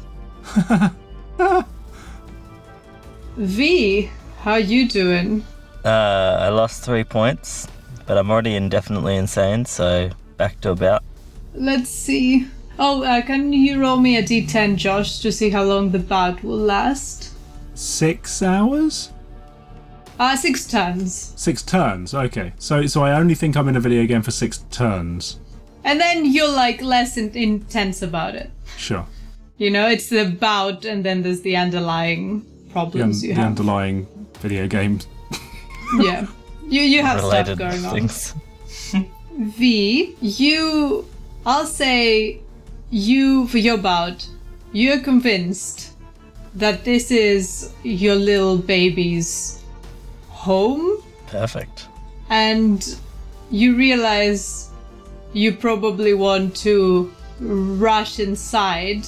Speaker 3: v, how you doing?
Speaker 5: Uh, I lost three points, but I'm already indefinitely insane, so back to about.
Speaker 3: Let's see. Oh, uh, can you roll me a d10, Josh, to see how long the bout will last?
Speaker 6: Six hours?
Speaker 3: Uh, six turns.
Speaker 6: Six turns, okay. So so I only think I'm in a video game for six turns.
Speaker 3: And then you're like less in- intense about it.
Speaker 6: Sure.
Speaker 3: You know, it's the bout, and then there's the underlying
Speaker 6: The, un-
Speaker 3: problems you
Speaker 6: the
Speaker 3: have.
Speaker 6: underlying video game.
Speaker 3: yeah. You, you have
Speaker 5: related
Speaker 3: stuff going
Speaker 5: things.
Speaker 3: on. V, you. I'll say you, for your bout, you're convinced that this is your little baby's home,
Speaker 5: Perfect.
Speaker 3: and you realize you probably want to rush inside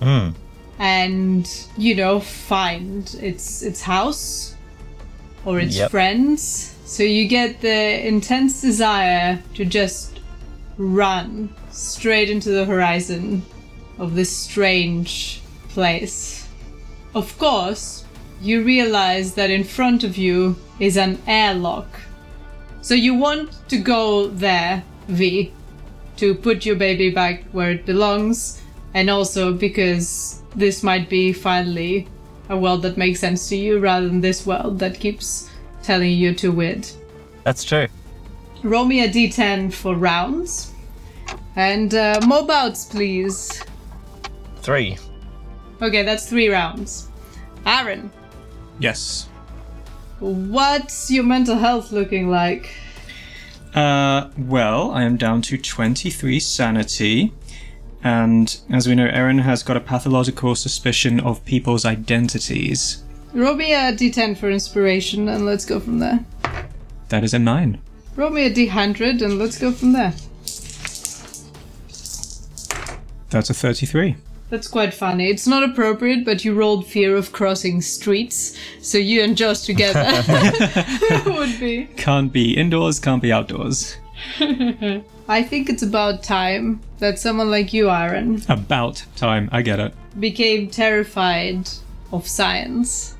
Speaker 5: Mm.
Speaker 3: and you know find its its house or its
Speaker 5: Yep.
Speaker 3: friends so you get the intense desire to just run straight into the horizon of this strange place of course you realize that in front of you is an airlock so you want to go there v to put your baby back where it belongs, and also because this might be finally a world that makes sense to you rather than this world that keeps telling you to weird.
Speaker 5: That's true.
Speaker 3: Roll me a d10 for rounds. And uh, more bouts, please.
Speaker 5: Three.
Speaker 3: Okay, that's three rounds. Aaron,
Speaker 4: Yes.
Speaker 3: what's your mental health looking like?
Speaker 4: Uh, well, I am down to 23 sanity. And as we know, Erin has got a pathological suspicion of people's identities.
Speaker 3: Roll me a d10 for inspiration and let's go from there.
Speaker 4: That is a nine.
Speaker 3: Roll me a d100 and let's go from there.
Speaker 4: That's a 33.
Speaker 3: That's quite funny. It's not appropriate, but you rolled fear of crossing streets, so you and Josh together would be.
Speaker 4: Can't be indoors, can't be outdoors.
Speaker 3: I think it's about time that someone like you, Aaron,
Speaker 4: About time, I get it.
Speaker 3: became terrified of science.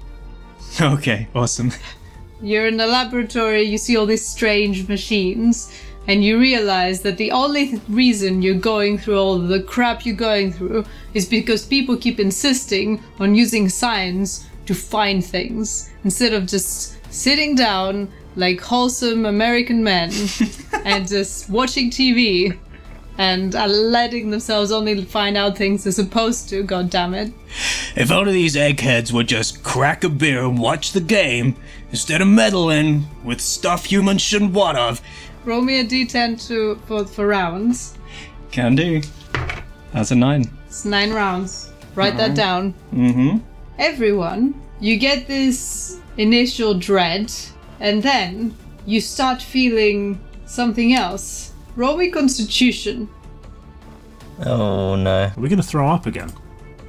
Speaker 4: Okay, awesome.
Speaker 3: You're in a laboratory, you see all these strange machines, and you realize that the only th- reason you're going through all the crap you're going through is because people keep insisting on using science to find things instead of just sitting down like wholesome American men and just watching TV and are letting themselves only find out things they're supposed to, god damn it.
Speaker 1: If only these eggheads would just crack a beer and watch the game instead of meddling with stuff humans shouldn't want of.
Speaker 3: Roll me a d10 to, for, for rounds.
Speaker 4: Can do. That's a nine.
Speaker 3: It's nine rounds. Write that down.
Speaker 4: Mm-hmm.
Speaker 3: Everyone, you get this initial dread, and then you start feeling something else. Roll me Constitution.
Speaker 5: Oh no.
Speaker 6: Are we going to throw up again?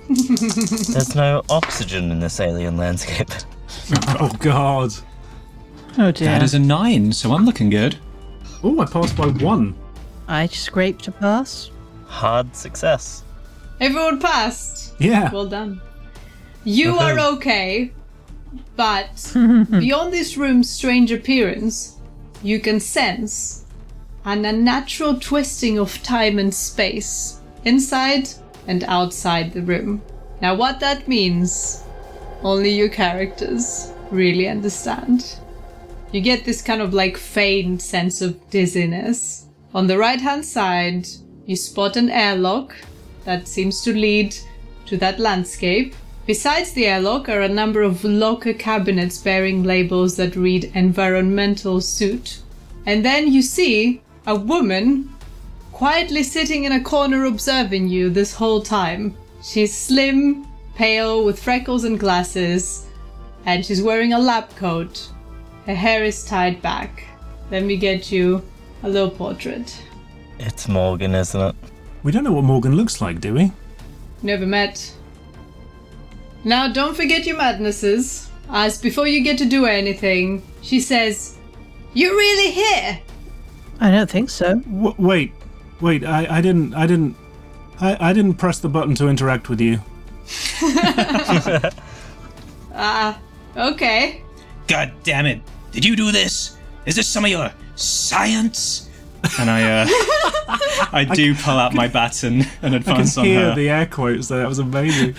Speaker 5: There's no oxygen in this alien landscape.
Speaker 6: Oh, God.
Speaker 8: Oh dear.
Speaker 4: That is a nine, so I'm looking good.
Speaker 6: Oh, I passed by one.
Speaker 8: I scraped a pass.
Speaker 5: Hard success.
Speaker 3: Everyone passed.
Speaker 6: Yeah.
Speaker 3: Well done. You are okay, but beyond this room's strange appearance, you can sense an unnatural twisting of time and space inside and outside the room. Now, what that means, only your characters really understand. You get this kind of like faint sense of dizziness. On the right hand side, you spot an airlock that seems to lead to that landscape. Besides the airlock are a number of locker cabinets bearing labels that read environmental suit. And then you see a woman quietly sitting in a corner observing you this whole time. She's slim, pale, with freckles and glasses, and she's wearing a lab coat. Her hair is tied back. Let me get you a little portrait.
Speaker 5: It's Morgan, isn't it?
Speaker 6: We don't know what Morgan looks like, do we?
Speaker 3: Never met. Now, don't forget your madnesses, as before you get to do anything, she says, You're really here!
Speaker 8: I don't think so.
Speaker 6: W- wait, wait. I, I didn't. I didn't. I, I didn't press the button to interact with you.
Speaker 3: Ah, okay.
Speaker 1: God damn it! Did you do this? Is this some of your science?
Speaker 4: And I, uh, I do pull out my baton and
Speaker 6: I
Speaker 4: advance
Speaker 6: can
Speaker 4: on
Speaker 6: hear
Speaker 4: her.
Speaker 6: the air quotes there. That was amazing.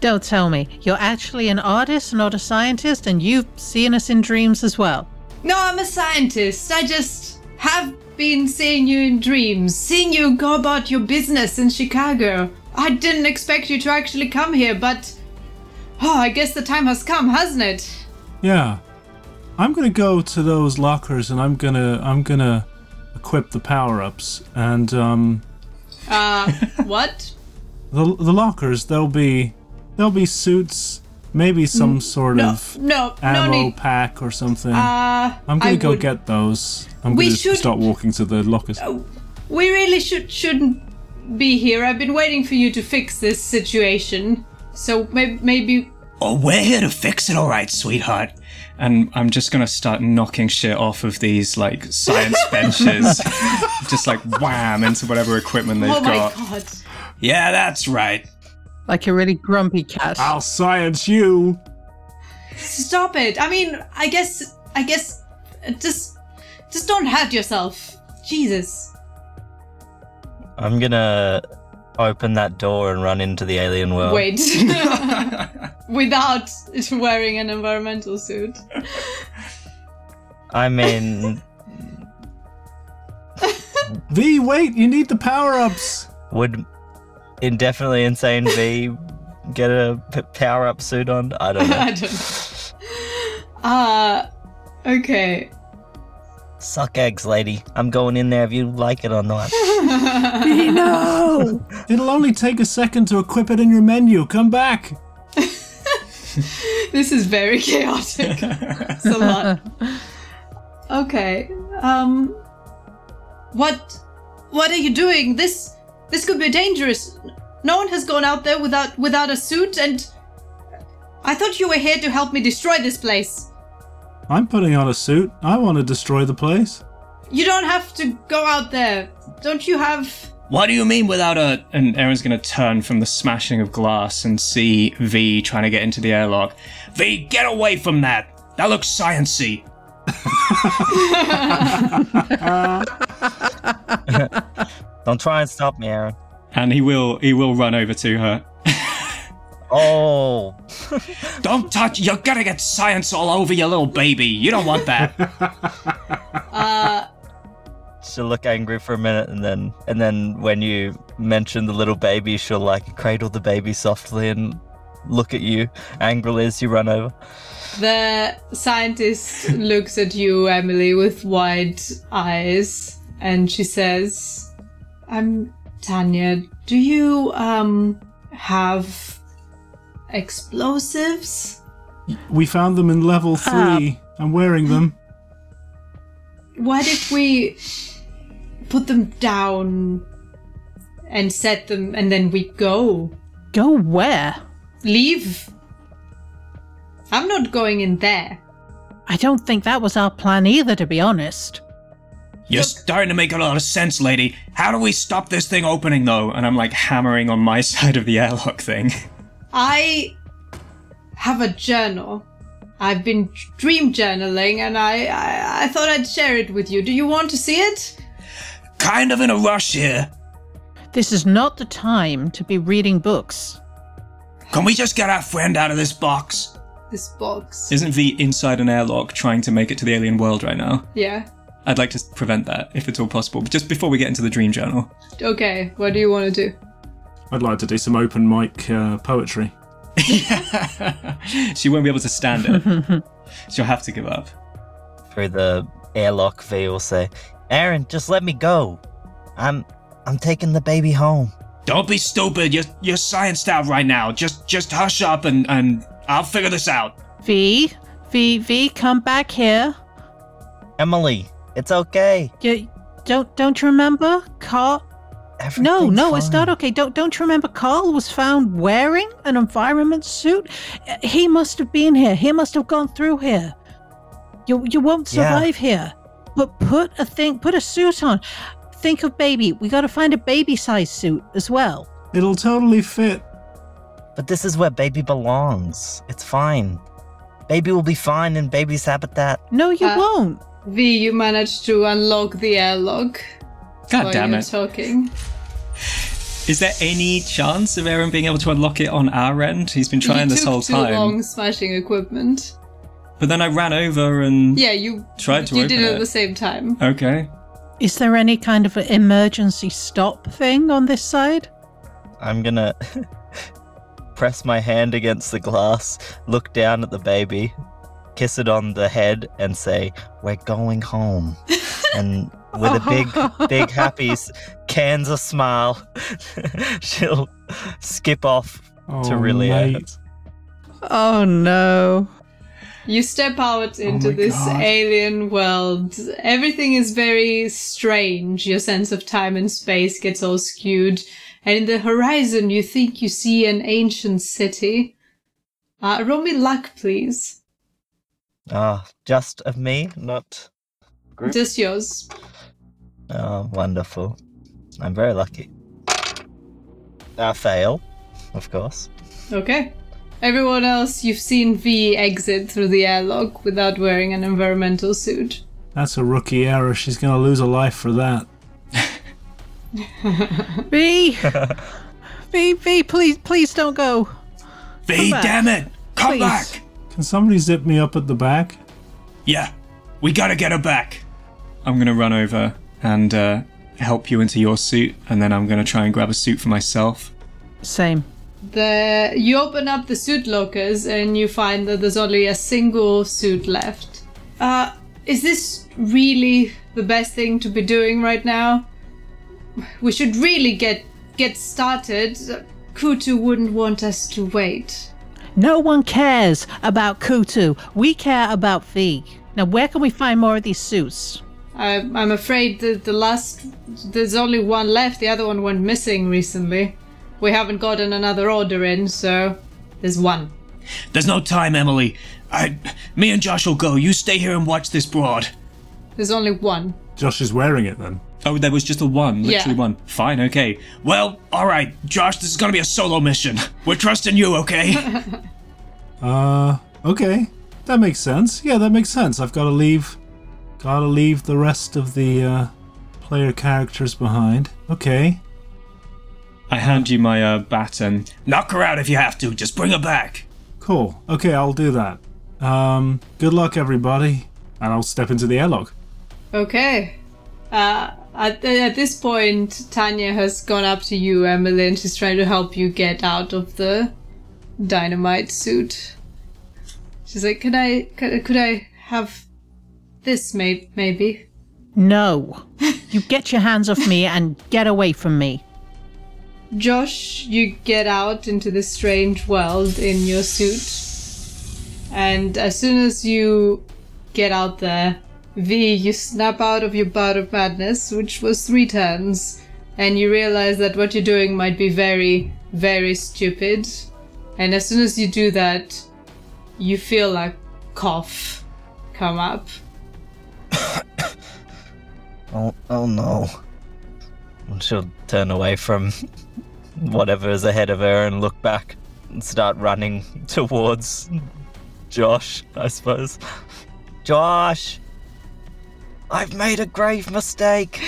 Speaker 8: Don't tell me. You're actually an artist, not a scientist, and you've seen us in dreams as well.
Speaker 3: No, I'm a scientist. I just have been seeing you in dreams, seeing you go about your business in Chicago. I didn't expect you to actually come here, but. Oh, I guess the time has come, hasn't it?
Speaker 6: yeah, I'm gonna go to those lockers and I'm gonna I'm gonna equip the power ups and um
Speaker 3: Uh, what?
Speaker 6: the the lockers. There'll be there'll be suits, maybe some sort of
Speaker 3: No, no
Speaker 6: ammo
Speaker 3: need.
Speaker 6: pack or something.
Speaker 3: Uh,
Speaker 6: I'm gonna
Speaker 3: I
Speaker 6: go
Speaker 3: would-
Speaker 6: get those. I'm
Speaker 3: We
Speaker 6: gonna
Speaker 3: should- Oh.
Speaker 6: start walking to the lockers.
Speaker 3: We really should shouldn't be here. I've been waiting for you to fix this situation. So may- maybe
Speaker 1: Oh, we're here to fix it, alright, sweetheart.
Speaker 4: And I'm just gonna start knocking shit off of these like science benches, just like wham into whatever equipment they've
Speaker 3: Oh my
Speaker 4: got.
Speaker 3: god.
Speaker 1: Yeah, that's right.
Speaker 8: Like a really grumpy cat.
Speaker 6: I'll science you.
Speaker 3: Stop it. I mean, I guess I guess uh, just just don't hurt yourself. Jesus.
Speaker 5: I'm gonna open that door and run into the alien world.
Speaker 3: Wait. Without wearing an environmental suit.
Speaker 5: I mean,
Speaker 6: V, wait. You need the power ups.
Speaker 5: would indefinitely insane V get a p- power up suit on? I don't know.
Speaker 3: I don't know. Uh okay.
Speaker 5: Suck eggs, lady. I'm going in there if you like it or not.
Speaker 8: no!
Speaker 6: It'll only take a second to equip it in your menu. Come back.
Speaker 3: This is very chaotic. it's a lot. Okay. Um what what are you doing? This this could be dangerous. No one has gone out there without without a suit and I thought you were here to help me destroy this place.
Speaker 6: I'm putting on a suit. I want to destroy the place.
Speaker 3: You don't have to go out there. Don't you have
Speaker 1: What do you mean without a.
Speaker 4: And Aaron's gonna turn from the smashing of glass and see V trying to get into the airlock.
Speaker 1: V, get away from that! That looks sciency.
Speaker 5: Don't try and stop me, Aaron.
Speaker 4: And he will he will run over to her.
Speaker 5: Oh,
Speaker 1: Don't touch. You're gonna get science all over your little baby. You don't want that.
Speaker 5: she'll look angry for a minute, and then and then when you mention the little baby, she'll like cradle the baby softly and look at you angrily as you run over.
Speaker 3: The scientist looks at you, Emily, with wide eyes, and she says, "I'm Tanya. Do you um have explosives?"
Speaker 6: We found them in level
Speaker 5: Uh,
Speaker 6: three. I'm wearing them.
Speaker 3: Why did we put them down and set them and then we go?
Speaker 7: Go where?
Speaker 3: Leave. I'm not going in there.
Speaker 7: I don't think that was our plan either, to be honest.
Speaker 4: You're starting to make a lot of sense, lady. How do we stop this thing opening, though? And I'm like hammering on my side of the airlock thing.
Speaker 3: I have a journal. I've been dream journaling and I, I, I thought I'd share it with you. Do you want to see it?
Speaker 4: Kind of in a rush here.
Speaker 7: This is not the time to be reading books.
Speaker 4: Can we just get our friend out of this box?
Speaker 3: This box.
Speaker 9: Isn't V inside an airlock trying to make it to the alien world right now?
Speaker 3: Yeah.
Speaker 9: I'd like to prevent that if it's all possible. But just before we get into the dream journal,
Speaker 3: Okay, what do you want to do?
Speaker 6: I'd like to do some open mic uh, poetry.
Speaker 9: she won't be able to stand it. She'll have to give up.
Speaker 5: Through the airlock, V will say, "Aaron, just let me go. I'm I'm taking the baby home."
Speaker 4: Don't be stupid. You're you're scienced out right now. Just just hush up and and I'll figure this out.
Speaker 7: V, V, V, come back here.
Speaker 5: Emily, it's okay.
Speaker 7: You, don't don't you remember? Carl. No,
Speaker 5: Everything's
Speaker 7: no, it's not
Speaker 5: fine."
Speaker 7: okay. Don't don't you remember? Carl was found wearing an environment suit. Uh, He must have been here. He must have gone through here. You you won't
Speaker 5: Yeah.
Speaker 7: survive here. But put a thing, put a suit on. Think of baby. We got to find a baby size suit as well.
Speaker 6: It'll totally fit.
Speaker 5: But this is where baby belongs. It's fine. Baby will be fine in baby's habitat.
Speaker 7: No, you
Speaker 3: Uh,
Speaker 7: won't.
Speaker 3: V, you managed to unlock the airlock.
Speaker 9: God
Speaker 3: while
Speaker 9: damn
Speaker 3: you were
Speaker 9: it.
Speaker 3: talking.
Speaker 9: Is there any chance of Aaron being able to unlock it on our end? He's been trying
Speaker 3: you
Speaker 9: this
Speaker 3: took
Speaker 9: whole
Speaker 3: too
Speaker 9: time.
Speaker 3: long smashing equipment.
Speaker 9: But then I ran over and.
Speaker 3: Yeah, you
Speaker 9: Tried to
Speaker 3: You
Speaker 9: open
Speaker 3: did it
Speaker 9: it.
Speaker 3: at the same time.
Speaker 9: Okay.
Speaker 7: Is there any kind of an emergency stop thing on this side?
Speaker 5: I'm gonna press my hand against the glass, look down at the baby, kiss it on the head, and say, "We're going home." and with a big, big happy s- Kansas smile, she'll skip off
Speaker 6: Oh,
Speaker 5: to really.
Speaker 6: mate.
Speaker 7: Oh no.
Speaker 3: You step out into
Speaker 6: Oh my
Speaker 3: this
Speaker 6: God.
Speaker 3: alien world. Everything is very strange. Your sense of time and space gets all skewed. And in the horizon, you think you see an ancient city. Uh, roll me luck, please.
Speaker 5: Ah, just of me, not. Group.
Speaker 3: Just yours.
Speaker 5: Oh, wonderful. I'm very lucky. I fail, of course.
Speaker 3: Okay. Everyone else, you've seen V exit through the airlock without wearing an environmental suit.
Speaker 6: That's a rookie error. She's going to lose a life for that.
Speaker 7: V, V, V, please, please don't go.
Speaker 4: V,
Speaker 7: back.
Speaker 4: damn it! Come
Speaker 7: Please.
Speaker 4: back!
Speaker 6: Can somebody zip me up at the back?
Speaker 4: Yeah, we gotta get her back.
Speaker 9: I'm gonna run over and uh, help you into your suit, and then I'm gonna try and grab a suit for myself.
Speaker 7: Same.
Speaker 3: The you open up the suit lockers and you find that there's only a single suit left. Uh, is this really the best thing to be doing right now? We should really get get started. Kutu wouldn't want us to wait.
Speaker 7: No one cares about Kutu. We care about V. Now, where can we find more of these suits?
Speaker 3: I, I'm afraid that the last there's only one left. The other one went missing recently. We haven't gotten another order in, so there's one.
Speaker 4: There's no time, Emily. I, me and Josh will go. You stay here and watch this broad.
Speaker 3: There's only one.
Speaker 6: Josh is wearing it then.
Speaker 9: Oh, there was just a one, literally
Speaker 3: Yeah.
Speaker 9: one. Fine, okay.
Speaker 4: Well, all right, Josh. This is gonna be a solo mission. We're trusting you, okay?
Speaker 6: Uh, okay. That makes sense. Yeah, that makes sense. I've got to leave. Got to leave the rest of the uh, player characters behind. Okay.
Speaker 9: I hand you my uh, baton.
Speaker 4: Knock her out if you have to. Just bring her back.
Speaker 6: Cool. Okay, I'll do that. Um, good luck, everybody. And I'll step into the airlock.
Speaker 3: Okay. Uh, At, at this point, Tanya has gone up to you, Emily, and she's trying to help you get out of the dynamite suit. She's like, "Can I? Could, could I have this? May, maybe."
Speaker 8: No. you get your hands off me and get away from me.
Speaker 3: Josh, you get out into this strange world in your suit, and as soon as you get out there, V, you snap out of your bout of madness, which was three turns, and you realize that what you're doing might be very, very stupid. And as soon as you do that, you feel a cough come up.
Speaker 5: Oh, oh no. And she'll turn away from whatever is ahead of her and look back and start running towards Josh, I suppose. Josh! I've made a grave mistake!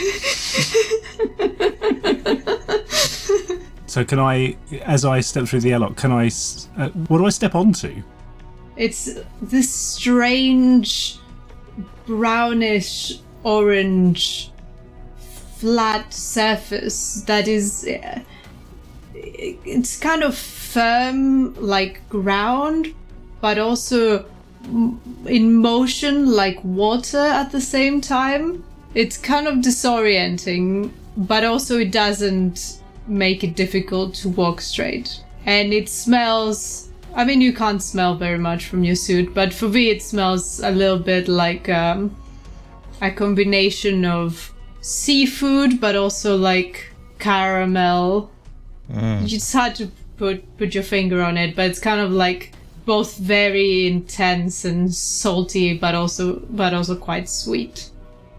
Speaker 6: So can I, as I step through the airlock, can I? s- Uh, what do I step onto?
Speaker 3: It's this strange brownish orange flat surface that is eh, it's kind of firm like ground but also m- in motion like water at the same time it's kind of disorienting but also it doesn't make it difficult to walk straight and it smells i mean you can't smell very much from your suit but for me it smells a little bit like um, a combination of seafood but also like caramel it's hard to put put your finger on it but it's kind of like both very intense and salty but also but also quite sweet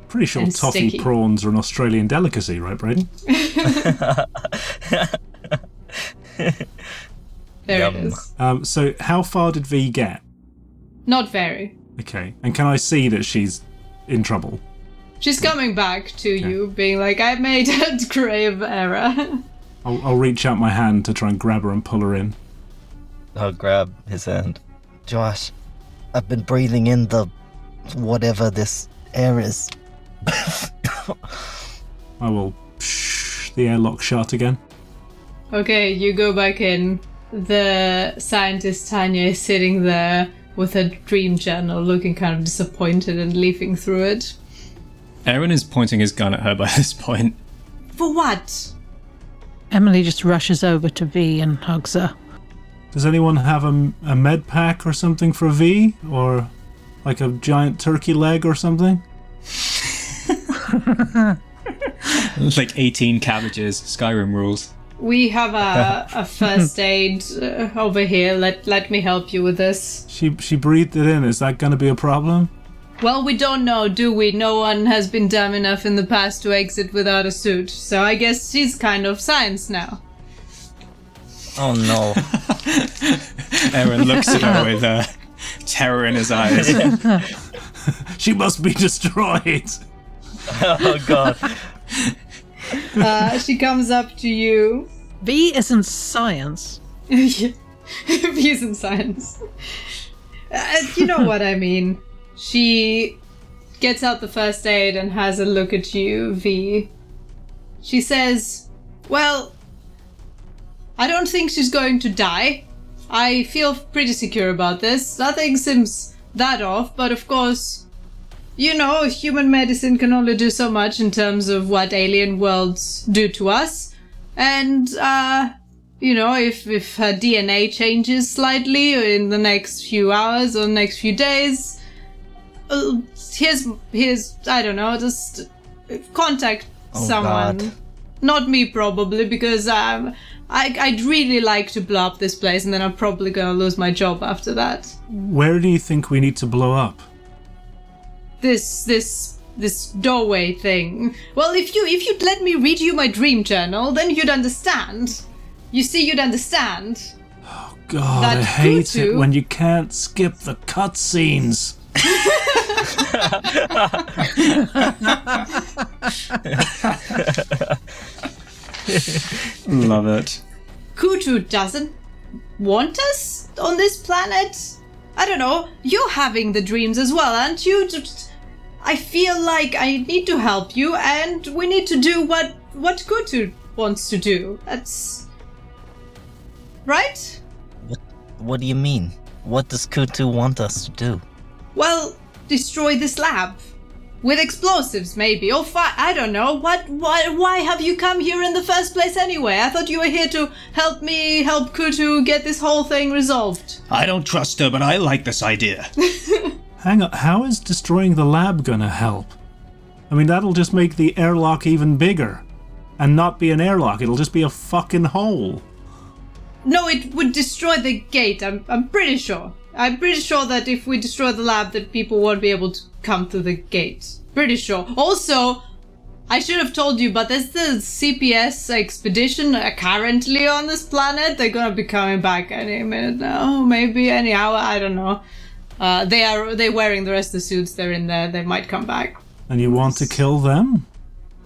Speaker 6: Pretty sure
Speaker 3: And
Speaker 6: toffee
Speaker 3: sticky.
Speaker 6: prawns are an Australian delicacy, right, Braden?
Speaker 3: there it
Speaker 5: Yum.
Speaker 3: is
Speaker 6: Um, so how far did V get?
Speaker 3: not very
Speaker 6: Okay, and can I see that she's in trouble?
Speaker 3: she's coming back to you being like i made a grave error
Speaker 6: I'll, I'll reach out my hand to try and grab her and pull her in.
Speaker 5: I'll grab his hand. Josh, I've been breathing in the whatever this air is.
Speaker 6: I will psh the airlock shut again.
Speaker 3: Okay, you go back in. The scientist Tanya is sitting there with her dream journal, looking kind of disappointed and leafing through it.
Speaker 4: Aaron is pointing his gun at her by this point.
Speaker 3: For what?
Speaker 8: Emily just rushes over to V and hugs her.
Speaker 6: Does anyone have a, a med pack or something for V? Or like a giant turkey leg or something?
Speaker 4: Like 18 cabbages, Skyrim rules.
Speaker 3: We have a, a first aid uh, over here. Let let me help you with this.
Speaker 6: She she breathed it in. Is that going to be a problem?
Speaker 3: Well, we don't know, do we? No one has been dumb enough in the past to exit without a suit, so I guess she's kind of science now.
Speaker 5: Oh no.
Speaker 4: Aaron looks at her with uh, terror in his eyes.
Speaker 6: She must be destroyed.
Speaker 5: oh god.
Speaker 3: Uh, she comes up to you.
Speaker 8: V isn't science.
Speaker 3: Yeah. views in science. Uh, you know what I mean. She gets out the first aid and has a look at you, V. She says, Well, I don't think she's going to die. I feel pretty secure about this. Nothing seems that off, but of course, you know, human medicine can only do so much in terms of what alien worlds do to us. And, uh, you know, if, if her DNA changes slightly in the next few hours or next few days, uh, here's, here's, I don't know, just contact someone.
Speaker 5: God.
Speaker 3: Not me, probably, because um, I, I'd really like to blow up this place and then I'm probably gonna lose my job after that.
Speaker 6: Where do you think we need to blow up?
Speaker 3: this this this doorway thing. Well, if you if you'd let me read you my dream journal, then you'd understand. You see, you'd understand.
Speaker 6: God, I
Speaker 3: That
Speaker 6: hate
Speaker 3: could
Speaker 6: it
Speaker 3: do.
Speaker 6: when you can't skip the cutscenes.
Speaker 4: Love it.
Speaker 3: Kutu doesn't want us on this planet. I don't know. You're having the dreams as well, aren't you? Just- I feel like I need to help you, and we need to do what what Kutu wants to do. That's right.
Speaker 5: What, what do you mean? What does Kutu want us to do?
Speaker 3: Well, destroy this lab with explosives, maybe, or fire. I don't know. What? Why? Why have you come here in the first place anyway? I thought you were here to help me help Kutu get this whole thing resolved.
Speaker 1: I don't trust her, but I like this idea.
Speaker 6: Hang on, how is destroying the lab gonna help? I mean, that'll just make the airlock even bigger. And not be an airlock, it'll just be a fucking hole.
Speaker 3: No, it would destroy the gate. I'm, I'm pretty sure. I'm pretty sure that if we destroy the lab, that people won't be able to come through the gate. Pretty sure. Also, I should have told you, but there's the CPS expedition currently on this planet. They're gonna be coming back any minute now, maybe any hour. I don't know. Uh, they are they're wearing the rest of the suits. They're in there. They might come back.
Speaker 6: And you want to kill them?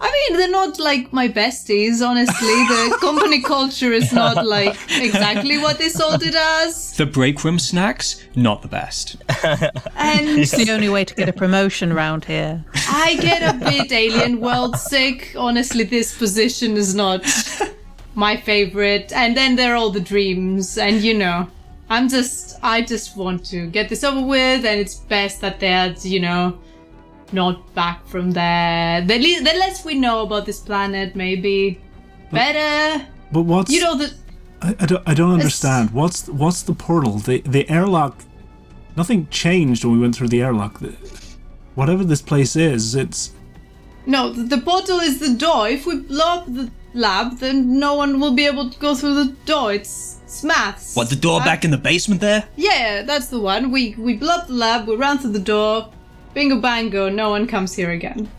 Speaker 3: I mean, they're not like my besties, honestly. The company culture is not like exactly what they sold it as.
Speaker 4: The break room snacks, not the best.
Speaker 3: And
Speaker 8: It's the only way to get a promotion round here.
Speaker 3: I get a bit alien world sick. Honestly, this position is not my favorite. And then there are all the dreams, and you know. I'm just, I just want to get this over with, and it's best that they're, you know, not back from there. The, le- the less we know about this planet, maybe better.
Speaker 6: But what's
Speaker 3: You know the
Speaker 6: I, I don't, I don't understand. What's what's the portal? The the airlock. Nothing changed when we went through the airlock. The- Whatever this place is, it's
Speaker 3: no. The, the portal is the door. If we blow up the lab, then no one will be able to go through the door. It's, it's maths.
Speaker 1: What, the door
Speaker 3: Math-
Speaker 1: back in the basement there?
Speaker 3: Yeah, that's the one. We we blow up the lab. We ran through the door. Bingo bango. No one comes here again.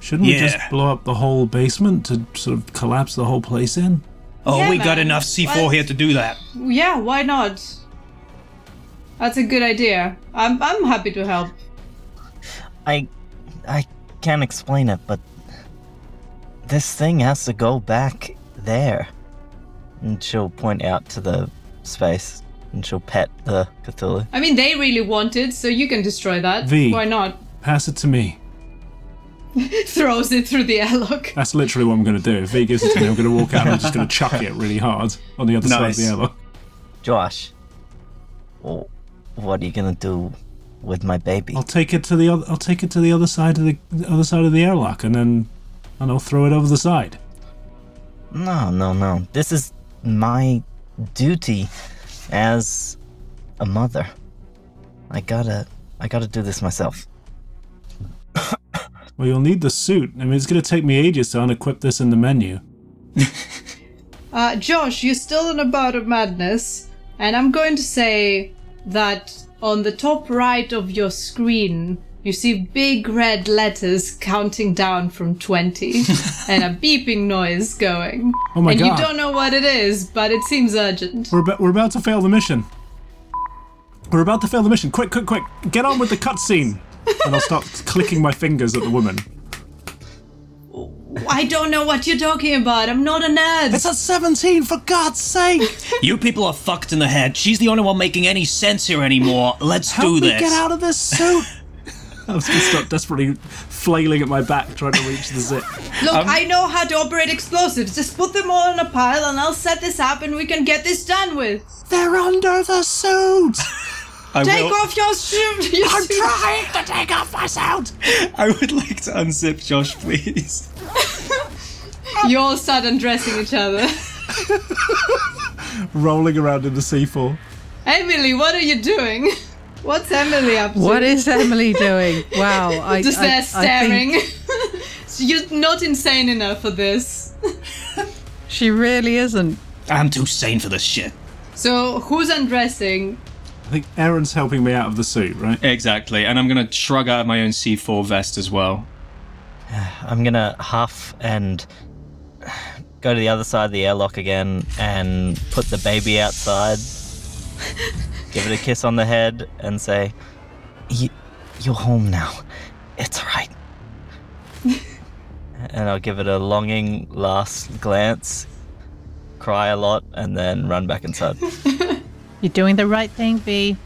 Speaker 6: shouldn't we
Speaker 1: Yeah.
Speaker 6: just blow up the whole basement to sort of collapse the whole place in?
Speaker 1: Oh,
Speaker 3: Yeah,
Speaker 1: we got
Speaker 3: man.
Speaker 1: enough C4
Speaker 3: What?
Speaker 1: here to do that.
Speaker 3: Yeah, why not? That's a good idea. I'm I'm happy to help.
Speaker 5: I, I can't explain it, but this thing has to go back there. And she'll point out to the space, and she'll pet the Cthulhu.
Speaker 3: I mean, they really want it, so you can destroy that.
Speaker 6: V.
Speaker 3: Why not?
Speaker 6: Pass it to me.
Speaker 3: Throws it through the airlock.
Speaker 6: That's literally what I'm going to do. If V gives it to me, I'm going to walk out and I'm just going to chuck it really hard on the other side of the
Speaker 4: Nice.
Speaker 6: airlock.
Speaker 5: Josh, wh- what are you gonna do with my baby?
Speaker 6: I'll take it to the other. I'll take it to the other side of the, the other side of the airlock, and then, and I'll throw it over the side.
Speaker 5: No, no, no. This is my duty as a mother. I gotta, I gotta do this myself.
Speaker 6: Well, you'll need the suit. I mean, it's going to take me ages to unequip this in the menu.
Speaker 3: Uh, Josh, you're still in a bout of madness, and I'm going to say that on the top right of your screen, you see big red letters counting down from 20 and a beeping noise going.
Speaker 6: Oh my
Speaker 3: and
Speaker 6: God.
Speaker 3: you don't know what it is, but it seems urgent.
Speaker 6: We're about, we're about to fail the mission. We're about to fail the mission. Quick, quick, quick! Get on with the cutscene. and I'll start clicking my fingers at the woman.
Speaker 3: I don't know what you're talking about. I'm not a nerd.
Speaker 6: It's at 17, for God's sake!
Speaker 1: You people are fucked in the head. She's the only one making any sense here anymore. Let's
Speaker 6: Help
Speaker 1: do
Speaker 6: me
Speaker 1: this.
Speaker 6: get out of this suit! I was going to start desperately flailing at my back, trying to reach the zip.
Speaker 3: Look, I know how to operate explosives. Just put them all in a pile and I'll set this up and we can get this done with.
Speaker 6: They're under the suit!
Speaker 4: I
Speaker 3: Take
Speaker 4: will,
Speaker 3: off your suit. Your
Speaker 6: I'm
Speaker 3: suit.
Speaker 6: trying to take off my suit!
Speaker 4: I would like to unzip Josh, please.
Speaker 3: You all start undressing each other.
Speaker 6: Rolling around in the C4.
Speaker 3: Emily, what are you doing? What's Emily up to?
Speaker 8: What is Emily doing? Wow, I
Speaker 3: Just
Speaker 8: I-
Speaker 3: there
Speaker 8: I think
Speaker 3: staring. You're not insane enough for this.
Speaker 8: she really isn't.
Speaker 1: I'm too sane for this shit.
Speaker 3: So who's undressing?
Speaker 6: I think Aaron's helping me out of the suit, right?
Speaker 4: Exactly, and I'm gonna shrug out my own C4 vest as well.
Speaker 5: I'm gonna huff and go to the other side of the airlock again and put the baby outside, give it a kiss on the head, and say, "You- "You're home now. It's alright." and I'll give it a longing last glance, cry a lot, and then run back inside.
Speaker 8: You're doing the right thing, V.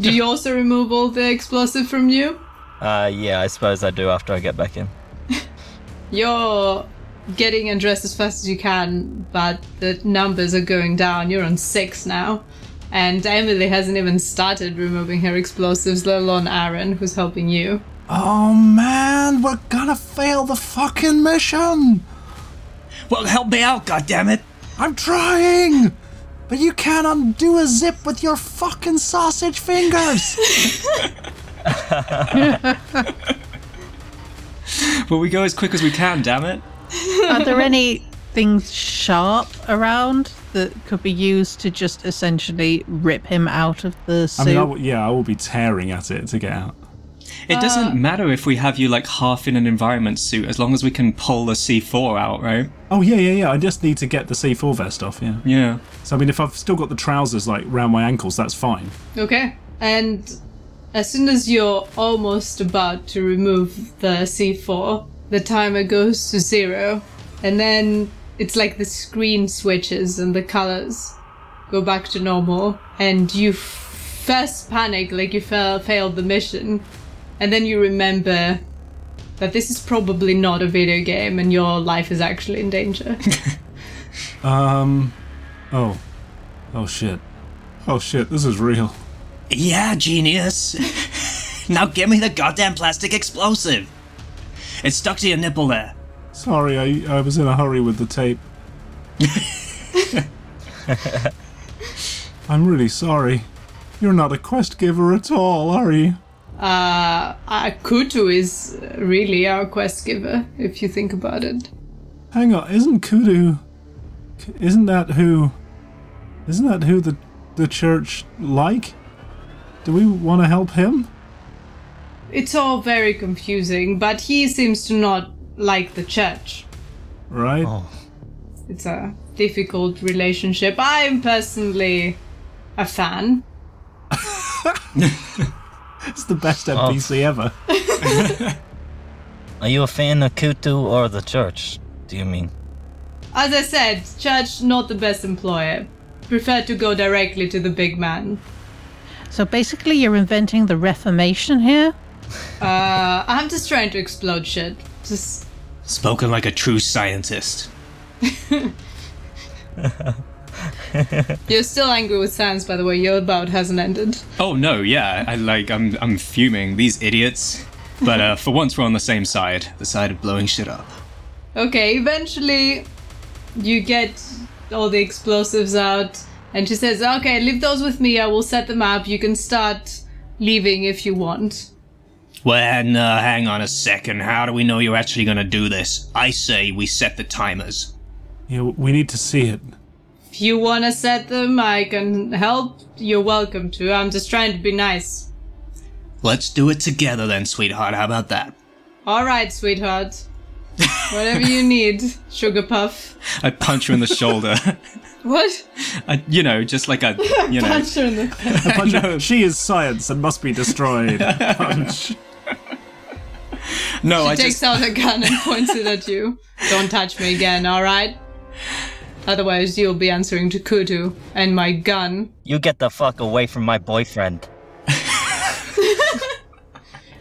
Speaker 3: Do you also remove all the explosive from you?
Speaker 5: Uh, yeah, I suppose I do after I get back in.
Speaker 3: You're getting undressed as fast as you can, but the numbers are going down. You're on six now. And Emily hasn't even started removing her explosives, let alone Aaron, who's helping you.
Speaker 6: Oh man, we're gonna fail the fucking mission!
Speaker 1: Well, help me out, goddammit!
Speaker 6: I'm trying! But you can't undo a zip with your fucking sausage fingers!
Speaker 4: Well, we go as quick as we can, damn it.
Speaker 8: Are there any things sharp around that could be used to just essentially rip him out of the
Speaker 6: I
Speaker 8: suit?
Speaker 6: mean, I w- yeah, I will be tearing at it to get out.
Speaker 4: It doesn't matter if we have you like half in an environment suit, as long as we can pull the C4 out, right?
Speaker 6: Oh yeah, yeah, yeah. I just need to get the C4 vest off. Yeah.
Speaker 4: Yeah.
Speaker 6: So I mean, if I've still got the trousers like round my ankles, that's fine.
Speaker 3: Okay. And as soon as you're almost about to remove the C4, the timer goes to zero. And then it's like the screen switches and the colors go back to normal. And you f- first panic like you fail- failed the mission. And then you remember that this is probably not a video game and your life is actually in danger.
Speaker 6: Um. Oh. Oh shit. Oh shit. This is real.
Speaker 1: Yeah, genius. now give me the goddamn plastic explosive. It's stuck to your nipple there.
Speaker 6: Sorry, I I was in a hurry with the tape. I'm really sorry. You're not a quest giver at all, are you?
Speaker 3: uh, uh, Kutu is really our quest giver, if you think about it.
Speaker 6: Hang on, isn't Kudu? Isn't that who? Isn't that who the the church like? Do we want to help him?
Speaker 3: It's all very confusing, but he seems to not like the church.
Speaker 6: Right?
Speaker 3: It's a difficult relationship. I am personally a fan.
Speaker 6: It's the best NPC ever.
Speaker 5: Are you a fan of Kutu or the church? Do you mean?
Speaker 3: As I said, church not the best employer. Prefer to go directly to the big man.
Speaker 8: So basically, you're inventing the Reformation here.
Speaker 3: Uh, I'm just trying to explode shit. Just
Speaker 1: Spoken like a true scientist.
Speaker 3: you're still angry with Sans, by the way. Your bout hasn't ended.
Speaker 4: Oh no, yeah. I like I'm I'm fuming these idiots. But uh, for once we're on the same side, the side of blowing shit up.
Speaker 3: Okay, eventually you get all the explosives out, and she says, Okay, leave those with me. I will set them up. You can start leaving if you want.
Speaker 1: Well, no, uh, hang on a second. How do we know you're actually gonna do this? I say we set the timers.
Speaker 6: Yeah, we need to see it.
Speaker 3: If you want to set them, I can help. You're welcome to. I'm just trying to be nice.
Speaker 1: Let's do it together then, sweetheart. How about that?
Speaker 3: All right, sweetheart. Whatever you need, Sugar Puff.
Speaker 4: I punch her in the shoulder.
Speaker 3: What?
Speaker 4: I, you know, just like a you know.
Speaker 3: Punch her in the face.
Speaker 6: Punch- She is science and must be destroyed. Punch.
Speaker 4: No, I
Speaker 3: takes
Speaker 4: just
Speaker 3: out a gun and points it at you. Don't touch me again, alright? Otherwise, you'll be answering to Kudu and my gun.
Speaker 5: You get the fuck away from my boyfriend.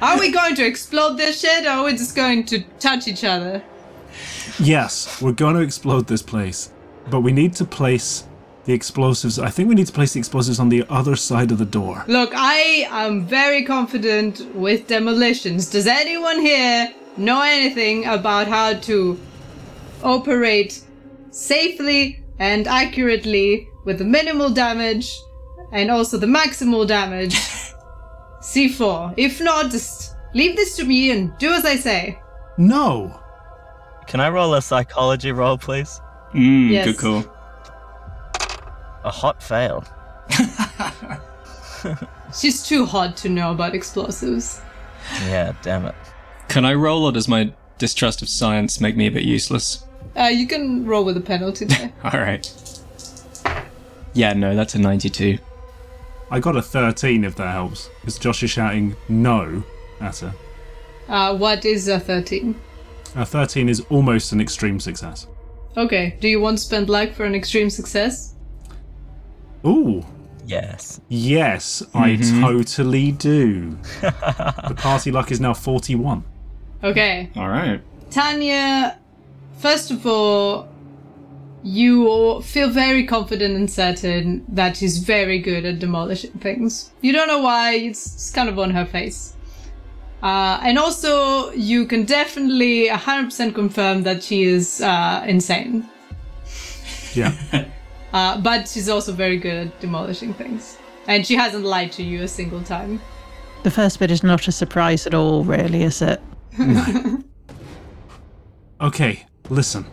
Speaker 3: Are we going to explode this shit or are we just going to touch each other?
Speaker 6: Yes, we're going to explode this place, but we need to place the explosives. I think we need to place the explosives on the other side of the door.
Speaker 3: Look, I am very confident with demolitions. Does anyone here know anything about how to operate safely and accurately with the minimal damage and also the maximal damage? C4. If not, just leave this to me and do as I say.
Speaker 6: No.
Speaker 5: Can I roll a psychology roll, please?
Speaker 4: mm,
Speaker 3: Yes.
Speaker 4: good call.
Speaker 5: A hot fail.
Speaker 3: She's too hot to know about explosives.
Speaker 5: Yeah, damn it.
Speaker 4: Can I roll, or does my distrust of science make me a bit useless?
Speaker 3: Uh, you can roll with a penalty there.
Speaker 4: All right. Yeah, no, that's a 92.
Speaker 6: I got a 13 if that helps, because Josh is shouting no at her.
Speaker 3: uh, what is a 13?
Speaker 6: A 13 is almost an extreme success.
Speaker 3: Okay, do you want to spend luck for an extreme success?
Speaker 6: Ooh,
Speaker 5: Yes.
Speaker 6: Yes, I totally do. the party luck is now 41.
Speaker 3: Okay.
Speaker 4: All right.
Speaker 3: Tanya, first of all, you feel very confident and certain that she's very good at demolishing things. You don't know why, it's, it's kind of on her face. Uh, and also, you can definitely 100% confirm that she is uh, insane.
Speaker 6: Yeah.
Speaker 3: Uh, but she's also very good at demolishing things. And she hasn't lied to you a single time.
Speaker 8: The first bit is not a surprise at all, really, is it?
Speaker 6: Okay, listen.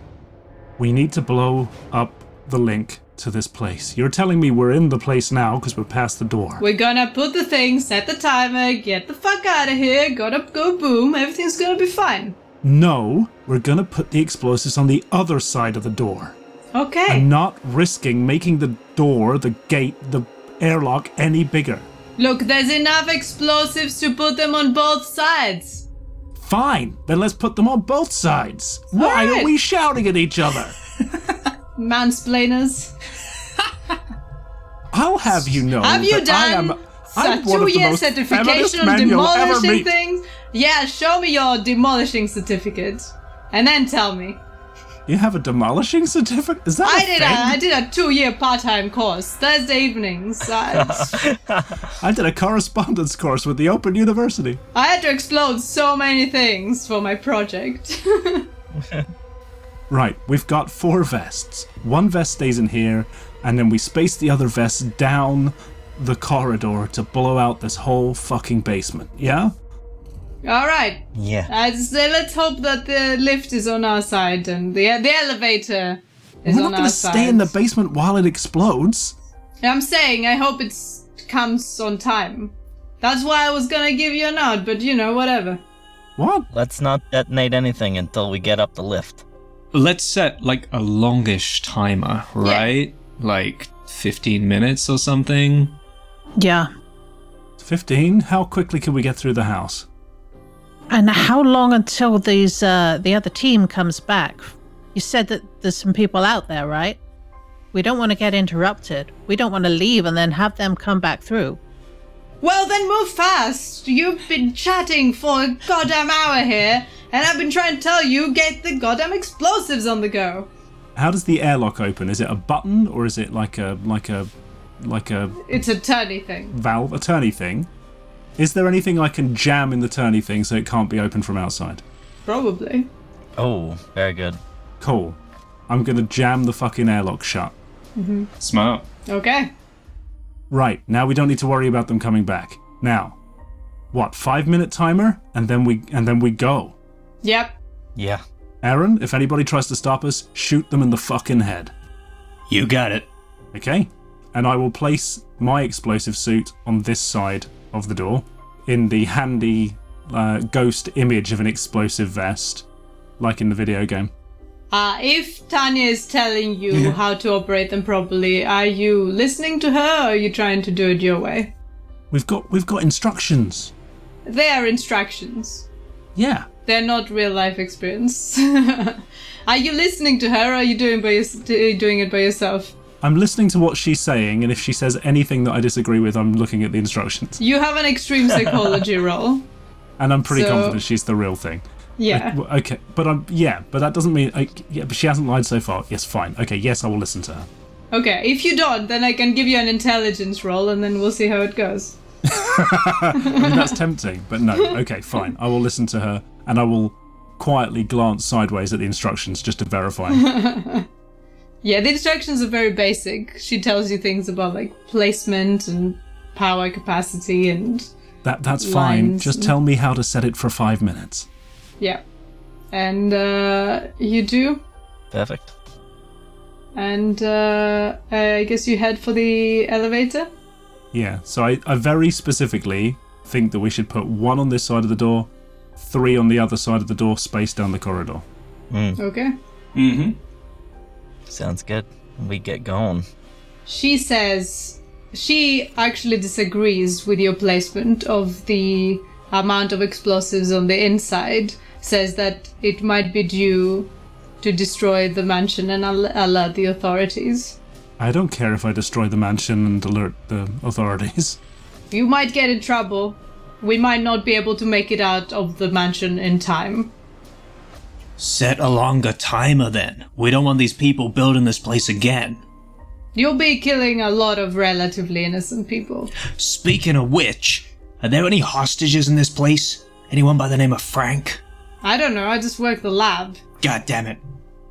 Speaker 6: We need to blow up the link to this place. You're telling me we're in the place now because we're past the door.
Speaker 3: We're gonna put the thing, set the timer, get the fuck out of here, gonna go boom, everything's gonna be fine.
Speaker 6: No, we're gonna put the explosives on the other side of the door.
Speaker 3: Okay.
Speaker 6: I'm not risking making the door, the gate, the airlock any bigger.
Speaker 3: Look, there's enough explosives to put them on both sides.
Speaker 6: Fine, then let's put them on both sides. Why
Speaker 3: Alright.
Speaker 6: are we shouting at each other?
Speaker 3: Mansplainers.
Speaker 6: I'll have you know
Speaker 3: Have you
Speaker 6: that I
Speaker 3: done
Speaker 6: am. I'm
Speaker 3: a
Speaker 6: one of
Speaker 3: two
Speaker 6: the
Speaker 3: year
Speaker 6: most feminist
Speaker 3: certification on
Speaker 6: men you'll ever
Speaker 3: demolishing
Speaker 6: meet.
Speaker 3: things? Yeah, show me your demolishing certificate. And then tell me.
Speaker 6: You have a demolishing certificate? Is that a
Speaker 3: I did a,
Speaker 6: thing?
Speaker 3: I did a two year part time course, Thursday evenings. I,
Speaker 6: I did a correspondence course with the Open University.
Speaker 3: I had to explode so many things for my project.
Speaker 6: Right, we've got four vests. One vest stays in here, and then we space the other vest down the corridor to blow out this whole fucking basement. Yeah?
Speaker 3: Alright,
Speaker 5: Yeah.
Speaker 3: I'd say Uh, let's hope that the lift is on our side and the, the elevator is
Speaker 6: We're
Speaker 3: on our
Speaker 6: not gonna
Speaker 3: side.
Speaker 6: stay in the basement while it explodes.
Speaker 3: I'm saying I hope it comes on time. That's why I was gonna give you a nod, but you know, whatever.
Speaker 6: What?
Speaker 5: Let's not detonate anything until we get up the lift.
Speaker 4: Let's set like a longish timer, right? Like 15 minutes or something.
Speaker 8: Yeah.
Speaker 6: 15? How quickly can we get through the house?
Speaker 8: And how long until these uh, the other team comes back? You said that there's some people out there, right? We don't want to get interrupted. We don't want to leave and then have them come back through.
Speaker 3: Well, then move fast. You've been chatting for a goddamn hour here, and I've been trying to tell you get the goddamn explosives on the go.
Speaker 6: How does the airlock open? Is it a button or is it like a like a like a
Speaker 3: It's a turny thing.
Speaker 6: valve, a turny thing? Is there anything I can jam in the turny thing so it can't be opened from outside?
Speaker 3: Probably.
Speaker 5: Oh, very good.
Speaker 6: Cool. I'm gonna jam the fucking airlock shut.
Speaker 4: Smart.
Speaker 3: Okay.
Speaker 6: Right, now we don't need to worry about them coming back. Now. What, five minute timer? And then we and then we go.
Speaker 3: Yep.
Speaker 5: Yeah.
Speaker 6: Aaron, if anybody tries to stop us, shoot them in the fucking head.
Speaker 1: You got it.
Speaker 6: Okay? And I will place my explosive suit on this side of the door in the handy uh, ghost image of an explosive vest, like in the video game.
Speaker 3: Uh, if Tanya is telling you how to operate them properly, are you listening to her or are you trying to do it your way?
Speaker 6: We've got we've got instructions.
Speaker 3: They are instructions.
Speaker 6: Yeah.
Speaker 3: They're not real life experience. are you listening to her or are you doing, by your- doing it by yourself?
Speaker 6: I'm listening to what she's saying, and if she says anything that I disagree with, I'm looking at the instructions.
Speaker 3: You have an extreme psychology role.
Speaker 6: And I'm pretty
Speaker 3: So-
Speaker 6: confident she's the real thing.
Speaker 3: Yeah.
Speaker 6: Well, Okay, but I'm yeah, but that doesn't mean I, yeah, but she hasn't lied so far. Yes, fine. Okay, yes, I will listen to her.
Speaker 3: Okay, if you don't, then I can give you an intelligence roll and then we'll see how it goes.
Speaker 6: I mean, that's tempting, but no. Okay, fine. I will listen to her, and I will quietly glance sideways at the instructions just to verify.
Speaker 3: Yeah, the instructions are very basic. She tells you things about like placement and power capacity and
Speaker 6: that that's fine.
Speaker 3: Lines.
Speaker 6: Just tell me how to set it for five minutes.
Speaker 3: Yeah. And uh, you do.
Speaker 5: Perfect.
Speaker 3: And uh, I guess you head for the elevator.
Speaker 6: Yeah. So I, I very specifically think that we should put one on this side of the door, three on the other side of the door, space down the corridor.
Speaker 3: Okay.
Speaker 5: Sounds good. We get going.
Speaker 3: She says she actually disagrees with your placement of the amount of explosives on the inside, says that it might be due to destroy the mansion and al- alert the authorities.
Speaker 6: I don't care if I destroy the mansion and alert the authorities.
Speaker 3: You might get in trouble. We might not be able to make it out of the mansion in time.
Speaker 1: Set a longer timer then. We don't want these people building this place again.
Speaker 3: You'll be killing a lot of relatively innocent people.
Speaker 1: Speaking of which, are there any hostages in this place? Anyone by the name of Frank?
Speaker 3: I don't know, I just work the lab.
Speaker 1: God damn it.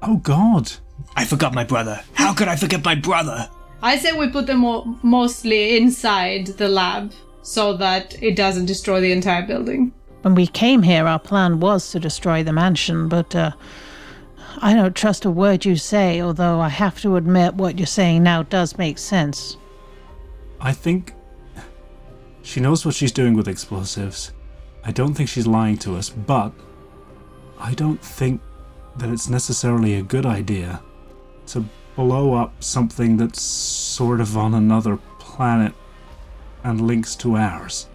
Speaker 6: Oh God.
Speaker 1: I forgot my brother. How could I forget my brother?
Speaker 3: I say we put them all mostly inside the lab so that it doesn't destroy the entire building.
Speaker 8: When we came here, our plan was to destroy the mansion, but uh, I don't trust a word you say, although I have to admit what you're saying now does make sense.
Speaker 6: I think she knows what she's doing with explosives. I don't think she's lying to us, but I don't think that it's necessarily a good idea to blow up something that's sort of on another planet and links to ours.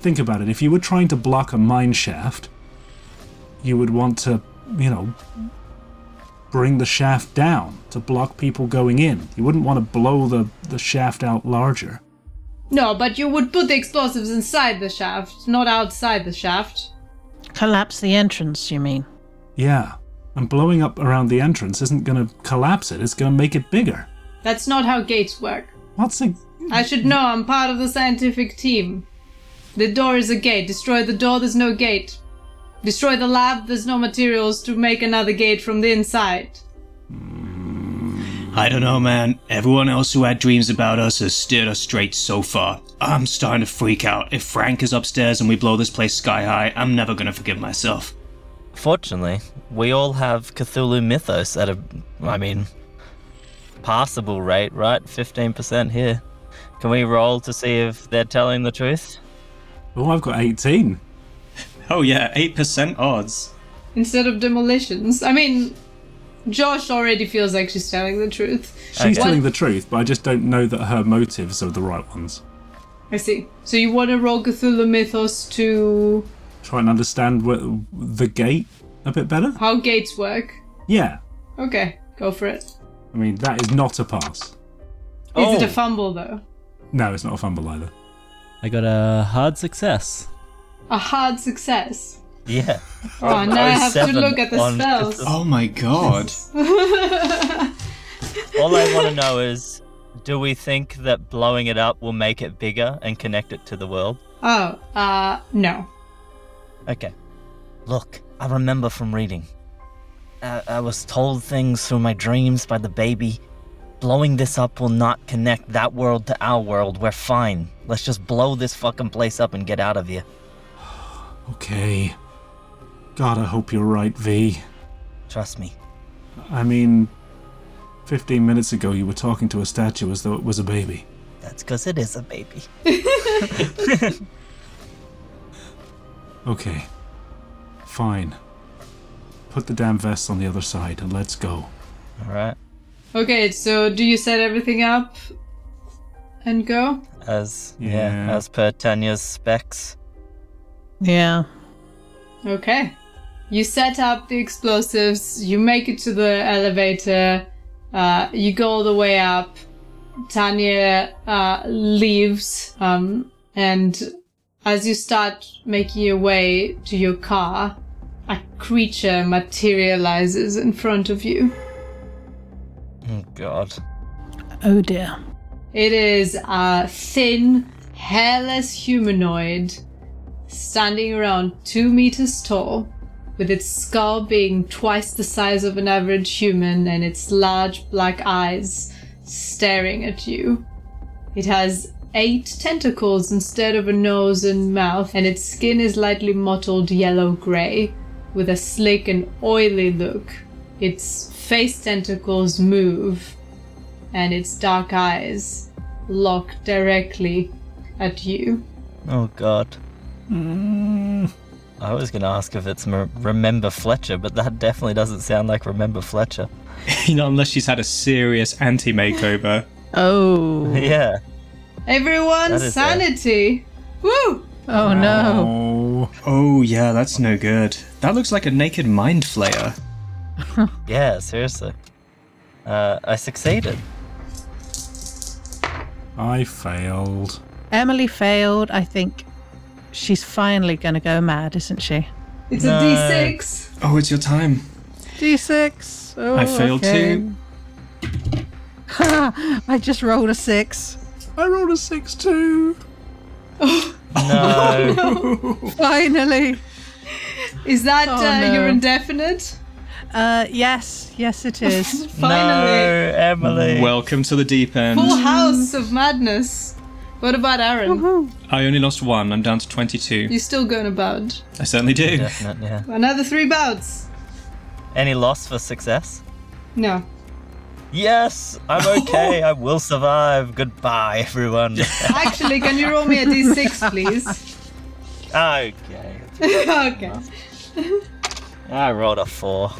Speaker 6: Think about it. If you were trying to block a mine shaft, you would want to, you know, bring the shaft down to block people going in. You wouldn't want to blow the, the shaft out larger.
Speaker 3: No, but you would put the explosives inside the shaft, not outside the shaft.
Speaker 8: Collapse the entrance, you mean?
Speaker 6: Yeah. And blowing up around the entrance isn't going to collapse it, it's going to make it bigger.
Speaker 3: That's not how gates work.
Speaker 6: What's a.
Speaker 3: I should know, I'm part of the scientific team. The door is a gate. Destroy the door, there's no gate. Destroy the lab, there's no materials to make another gate from the inside.
Speaker 1: I don't know, man. Everyone else who had dreams about us has steered us straight so far. I'm starting to freak out. If Frank is upstairs and we blow this place sky high, I'm never gonna forgive myself.
Speaker 5: Fortunately, we all have Cthulhu Mythos at a, I mean, passable rate, right? 15% here. Can we roll to see if they're telling the truth?
Speaker 6: Oh, I've got 18.
Speaker 4: Oh, yeah, 8% odds.
Speaker 3: Instead of demolitions. I mean, Josh already feels like she's telling the truth.
Speaker 6: She's
Speaker 5: Okay.
Speaker 6: telling the truth, but I just don't know that her motives are the right ones.
Speaker 3: I see. So you want to roll Cthulhu Mythos to
Speaker 6: Try and understand wh- the gate a bit better?
Speaker 3: how gates work?
Speaker 6: Yeah.
Speaker 3: Okay, go for it. Is
Speaker 6: I mean, that is not a pass.
Speaker 3: it
Speaker 5: Oh.
Speaker 3: a fumble though?
Speaker 6: No, it's not a fumble either.
Speaker 10: I got a hard success.
Speaker 3: A hard success.
Speaker 5: Yeah.
Speaker 3: Oh, now I have to
Speaker 5: 07
Speaker 3: look at the
Speaker 5: on
Speaker 3: spells.
Speaker 5: Cthulhu.
Speaker 4: Oh my god.
Speaker 5: All I want to know is do we think that blowing it up will make it bigger and connect it to the world?
Speaker 3: Oh, uh, no.
Speaker 5: Okay. Look, I remember from reading. I, I was told things through my dreams by the baby. Blowing this up will not connect that world to our world. We're fine. Let's just blow this fucking place up and get out of here.
Speaker 6: Okay. God, I hope you're right, V.
Speaker 5: Trust me.
Speaker 6: I mean, 15 minutes ago you were talking to a statue as though it was a baby.
Speaker 5: That's because it is a baby.
Speaker 6: Okay. Fine. Put the damn vests on the other side and let's go.
Speaker 5: All right.
Speaker 3: Okay, so do you set everything up and go?
Speaker 5: As yeah,
Speaker 6: Yeah.
Speaker 5: as per Tanya's specs.
Speaker 8: Yeah.
Speaker 3: Okay. You set up the explosives, you make it to the elevator, uh, you go all the way up. Tanya uh, leaves, um, and as you start making your way to your car, a creature materializes in front of you.
Speaker 5: Oh God.
Speaker 8: Oh dear.
Speaker 3: It is a thin, hairless humanoid standing around two meters tall, with its skull being twice the size of an average human and its large black eyes staring at you. It has eight tentacles instead of a nose and mouth, and its skin is lightly mottled yellow grey, with a slick and oily look. Its face tentacles move, and its dark eyes look directly at you.
Speaker 5: Oh God. Mm. I was gonna ask if it's Mer- Remember Fletcher, but that definitely doesn't sound like Remember Fletcher.
Speaker 4: you know, unless she's had a serious anti makeover.
Speaker 8: Oh.
Speaker 5: Yeah. That
Speaker 3: Everyone's
Speaker 5: is uh,
Speaker 3: sanity! Woo!
Speaker 8: Oh no.
Speaker 6: Oh.
Speaker 4: Oh, yeah, that's no good. That looks like a naked mind flayer.
Speaker 5: Yeah. Seriously. Uh, I succeeded.
Speaker 6: I failed.
Speaker 7: Emily failed. I think she's finally going to go mad, isn't she?
Speaker 3: It's a D6.
Speaker 4: Oh, it's your time.
Speaker 7: D6. Oh,
Speaker 4: I failed
Speaker 7: okay.
Speaker 4: too.
Speaker 7: I just rolled a six.
Speaker 6: I rolled a six too.
Speaker 5: No.
Speaker 7: Finally.
Speaker 3: Is that
Speaker 7: Oh,
Speaker 3: uh,
Speaker 7: no.
Speaker 3: your indefinite?
Speaker 7: Uh, yes, yes, it is.
Speaker 5: no,
Speaker 3: Finally.
Speaker 5: Emily.
Speaker 4: Welcome to the deep end.
Speaker 3: Full house of madness. What about Aaron?
Speaker 4: I only lost one. I'm down to 22.
Speaker 3: You're still going about.
Speaker 4: I certainly do.
Speaker 5: Definite, yeah.
Speaker 3: Another three bouts.
Speaker 5: Any loss for success?
Speaker 3: No.
Speaker 5: Yes, I'm okay. I will survive. Goodbye, everyone.
Speaker 3: Actually, can you roll me a D6, please?
Speaker 5: okay.
Speaker 3: okay.
Speaker 5: I rolled a four.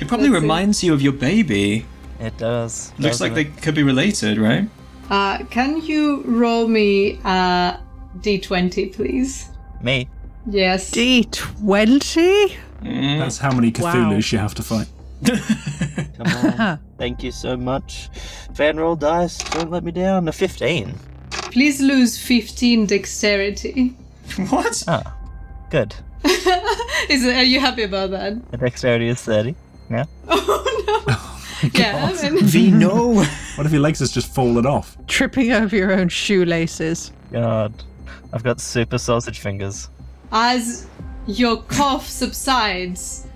Speaker 4: It probably
Speaker 3: Let's see.
Speaker 4: reminds you of your baby.
Speaker 5: It does.
Speaker 4: Looks
Speaker 5: doesn't
Speaker 4: like they
Speaker 5: it?
Speaker 4: could be related, right?
Speaker 3: Uh, can you roll me a D20, please?
Speaker 5: me.
Speaker 3: Yes.
Speaker 7: D20?
Speaker 6: That's how many Cthulhu's you have to fight.
Speaker 5: Come on. Thank you so much. Fan roll dice. Don't let me down. A fifteen.
Speaker 3: Please lose 15 dexterity.
Speaker 4: What?
Speaker 5: Ah, good.
Speaker 3: Is it, are you happy about that?
Speaker 5: The dexterity is thirty. Yeah.
Speaker 3: Oh no. yeah, I mean,
Speaker 4: V no.
Speaker 6: What if your legs has just fallen off?
Speaker 7: Tripping over your own shoelaces.
Speaker 5: God, I've got super sausage fingers.
Speaker 3: as your cough subsides,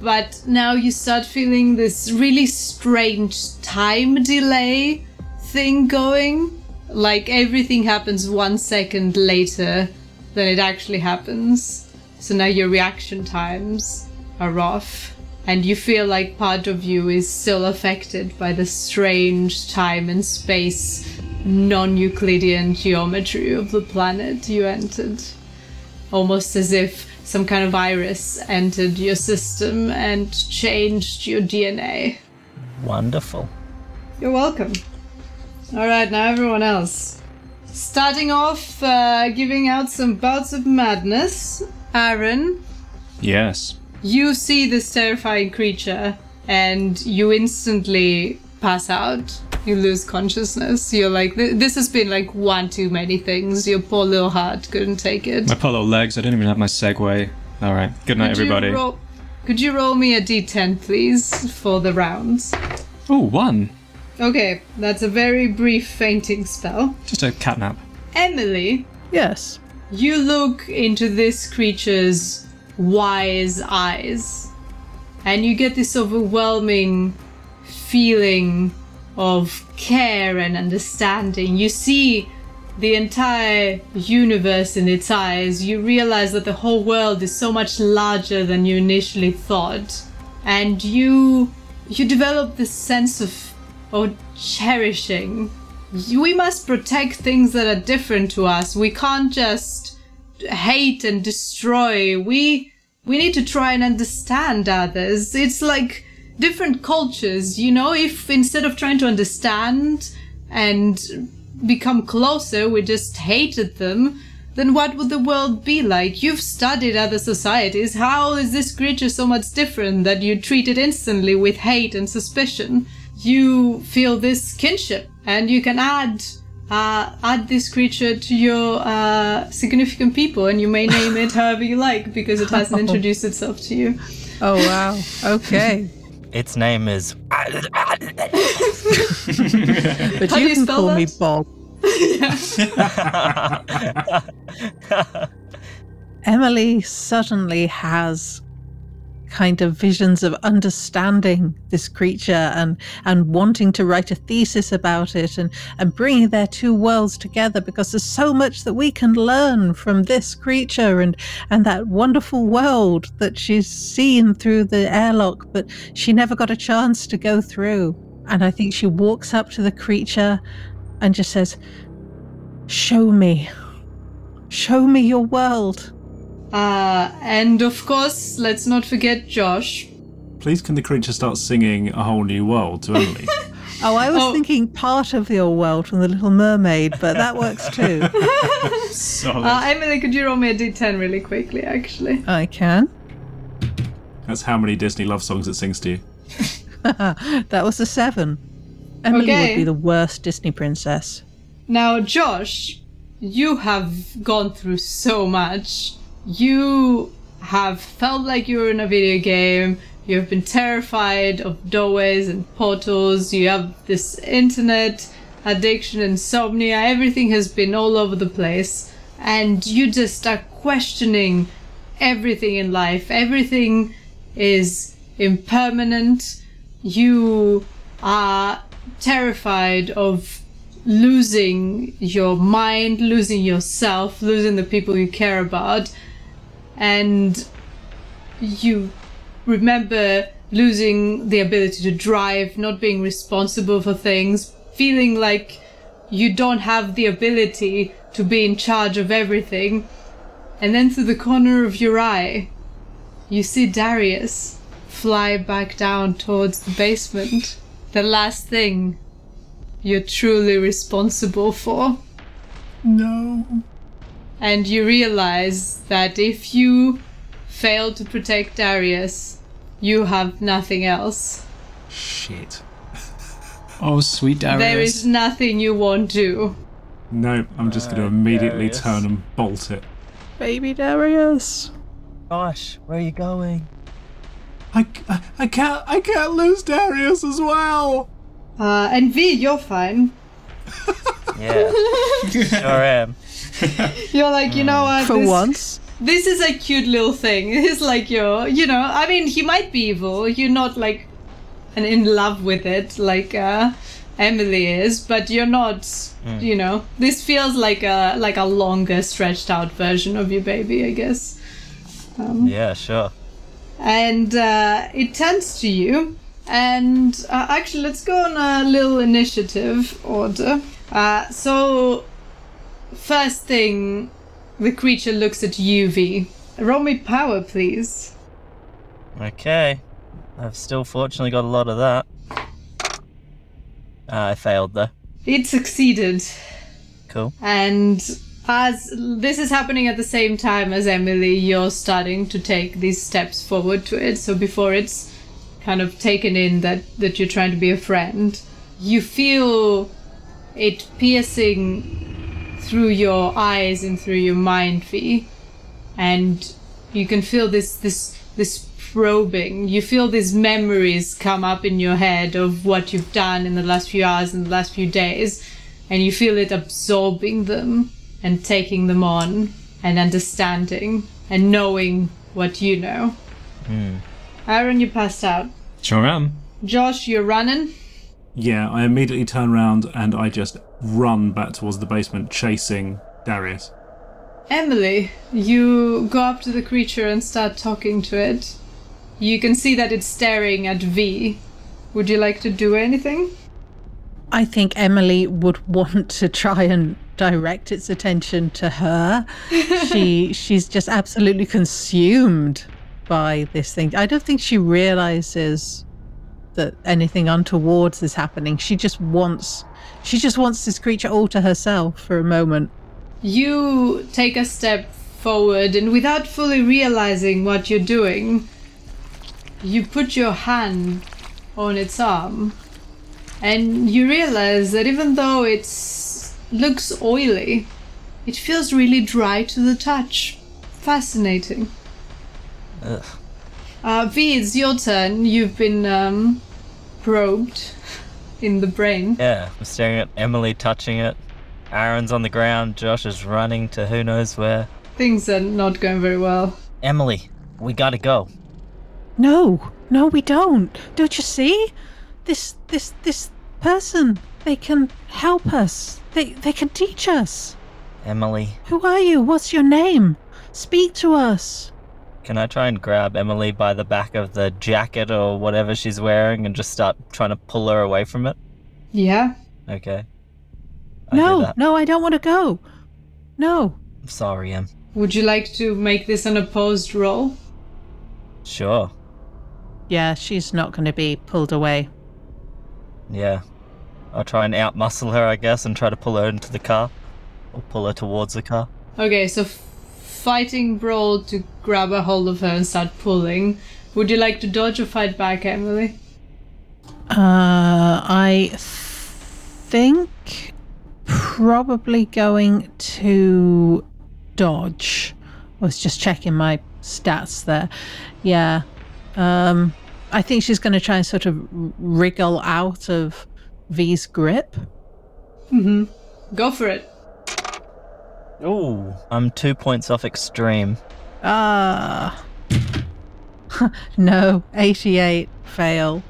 Speaker 3: but now you start feeling this really strange time delay thing going. Like everything happens one second later than it actually happens. So now your reaction times are off, and you feel like part of you is still affected by the strange time and space non Euclidean geometry of the planet you entered almost as if some kind of virus entered your system and changed your DNA.
Speaker 5: Wonderful.
Speaker 3: You're welcome. All right, now everyone else. Starting off, uh, giving out some bouts of madness. Aaron,
Speaker 4: Yes.
Speaker 3: you see this terrifying creature and you instantly pass out. You lose consciousness. You're like, "Th- this has been like one too many things. Your poor little heart couldn't take it.
Speaker 4: My poor little legs. I don't even have my segue. All right. Good night,
Speaker 3: Could you
Speaker 4: everybody.
Speaker 3: roll- could you roll me a d10, please, for the rounds?
Speaker 4: Oh, one.
Speaker 3: Okay, that's a very brief fainting spell.
Speaker 4: Just a catnap.
Speaker 3: Emily,
Speaker 7: Yes.
Speaker 3: you look into this creature's wise eyes, and you get this overwhelming feeling of care and understanding. You see the entire universe in its eyes. You realize that the whole world is so much larger than you initially thought, and you you develop this sense of oh cherishing we must protect things that are different to us. We can't just hate and destroy. We we need to try and understand others. It's like different cultures, you know, if instead of trying to understand and become closer, we just hated them, then what would the world be like? You've studied other societies. How is this creature so much different that you treat it instantly with hate and suspicion? you feel this kinship and you can add uh, add this creature to your uh, significant people and you may name it however you like because it hasn't introduced itself to you
Speaker 7: Oh, wow. Okay.
Speaker 5: Its name is.
Speaker 7: But
Speaker 3: How do
Speaker 7: you
Speaker 3: you
Speaker 7: can
Speaker 3: spell
Speaker 7: call me
Speaker 3: that?
Speaker 7: Bob. Emily suddenly has kind of visions of understanding this creature and and wanting to write a thesis about it and and bringing their two worlds together because there's so much that we can learn from this creature and and that wonderful world that she's seen through the airlock but she never got a chance to go through and I think she walks up to the creature and just says show me show me your world
Speaker 3: uh, and of course let's not forget josh
Speaker 6: Please, can the creature start singing "A Whole New World" to Emily?
Speaker 7: Oh, I was
Speaker 3: Oh.
Speaker 7: thinking part of your world from The Little Mermaid, but that works too.
Speaker 4: Solid.
Speaker 3: uh, emily could you roll me a d10 really quickly actually
Speaker 7: I can.
Speaker 6: That's how many Disney love songs it sings to you.
Speaker 7: that was a seven. Emily
Speaker 3: Okay.
Speaker 7: would be the worst Disney princess.
Speaker 3: Now, Josh, you have gone through so much. You have felt like you were in a video game. You have been terrified of doorways and portals. You have this internet addiction, insomnia. Everything has been all over the place. And you just are questioning everything in life. Everything is impermanent. You are terrified of losing your mind, losing yourself, losing the people you care about. And you remember losing the ability to drive, not being responsible for things, feeling like you don't have the ability to be in charge of everything. And then through the corner of your eye, you see Darius fly back down towards the basement. The last thing you're truly responsible for.
Speaker 6: No.
Speaker 3: And you realize that if you fail to protect Darius, you have nothing else.
Speaker 6: Shit.
Speaker 4: Oh, sweet Darius.
Speaker 3: There is nothing you won't do.
Speaker 6: No, I'm just going to immediately
Speaker 5: Darius.
Speaker 6: turn and bolt it.
Speaker 8: Baby Darius.
Speaker 5: Gosh, where are you going?
Speaker 6: I, I, I can't I can't lose Darius as well.
Speaker 3: Uh, and V, you're fine.
Speaker 5: Yeah, sure am.
Speaker 3: You're like, you know what?
Speaker 8: For
Speaker 3: this,
Speaker 8: once.
Speaker 3: This is a cute little thing. It's like you're, you know, I mean, he might be evil. You're not like and in love with it like uh, Emily is, but you're not, you know, this feels like a like a longer stretched out version of your baby, I guess.
Speaker 5: Yeah, sure.
Speaker 3: and uh, it turns to you. And uh, actually, let's go on a little initiative order. Uh, so, first thing, the creature looks at UV. Roll me power, please.
Speaker 5: Okay. I've still fortunately got a lot of that. Uh, I failed though.
Speaker 3: It succeeded.
Speaker 5: Cool.
Speaker 3: And as this is happening at the same time as Emily, you're starting to take these steps forward to it. So before it's kind of taken in that, that you're trying to be a friend, you feel it piercing through your eyes and through your mind, V. And you can feel this this this probing. You feel these memories come up in your head of what you've done in the last few hours and the last few days, and you feel it absorbing them and taking them on and understanding and knowing what you know. Aaron, you passed out.
Speaker 4: Sure am.
Speaker 3: Josh, you're running.
Speaker 6: Yeah, I immediately turn around and I just run back towards the basement, chasing Darius.
Speaker 3: Emily, you go up to the creature and start talking to it. You can see that it's staring at V. Would you like to do anything?
Speaker 8: I think Emily would want to try and direct its attention to her. she she's just absolutely consumed by this thing. I don't think she realizes that anything untoward is happening. She just wants she just wants this creature all to herself for a moment.
Speaker 3: You take a step forward, and without fully realizing what you're doing, you put your hand on its arm, and you realize that even though it looks oily, it feels really dry to the touch. Fascinating.
Speaker 5: Ugh.
Speaker 3: Uh, v, it's your turn. You've been um, probed in the brain.
Speaker 5: Yeah, I'm staring at Emily touching it. Aaron's on the ground. Josh is running to who knows where.
Speaker 3: Things are not going very well.
Speaker 5: Emily, we gotta go.
Speaker 8: No, no, we don't. Don't you see? This, this, this person. They can help us. They, they can teach us.
Speaker 5: Emily,
Speaker 8: Who are you? What's your name? Speak to us.
Speaker 5: can I try and grab Emily by the back of the jacket or whatever she's wearing and just start trying to pull her away from it?
Speaker 3: Yeah?
Speaker 5: Okay. I do
Speaker 8: no,
Speaker 5: that.
Speaker 8: no, I don't want to go. No.
Speaker 5: I'm sorry, Em.
Speaker 3: Would you like to make this an opposed roll?
Speaker 5: Sure.
Speaker 8: Yeah, she's not going to be pulled away.
Speaker 5: Yeah. I'll try and outmuscle her, I guess, and try to pull her into the car. Or pull her towards the car.
Speaker 3: Okay, so f- fighting brawl to grab a hold of her and start pulling. Would you like to dodge or fight back, Emily?
Speaker 8: Uh, I think
Speaker 7: probably going to dodge. I was just checking my stats there. Yeah. Um, I think she's going to try and sort of wriggle out of V's grip.
Speaker 3: Mm-hmm. Go for it.
Speaker 5: Oh, I'm two points off extreme.
Speaker 7: Ah. no, 88. Fail.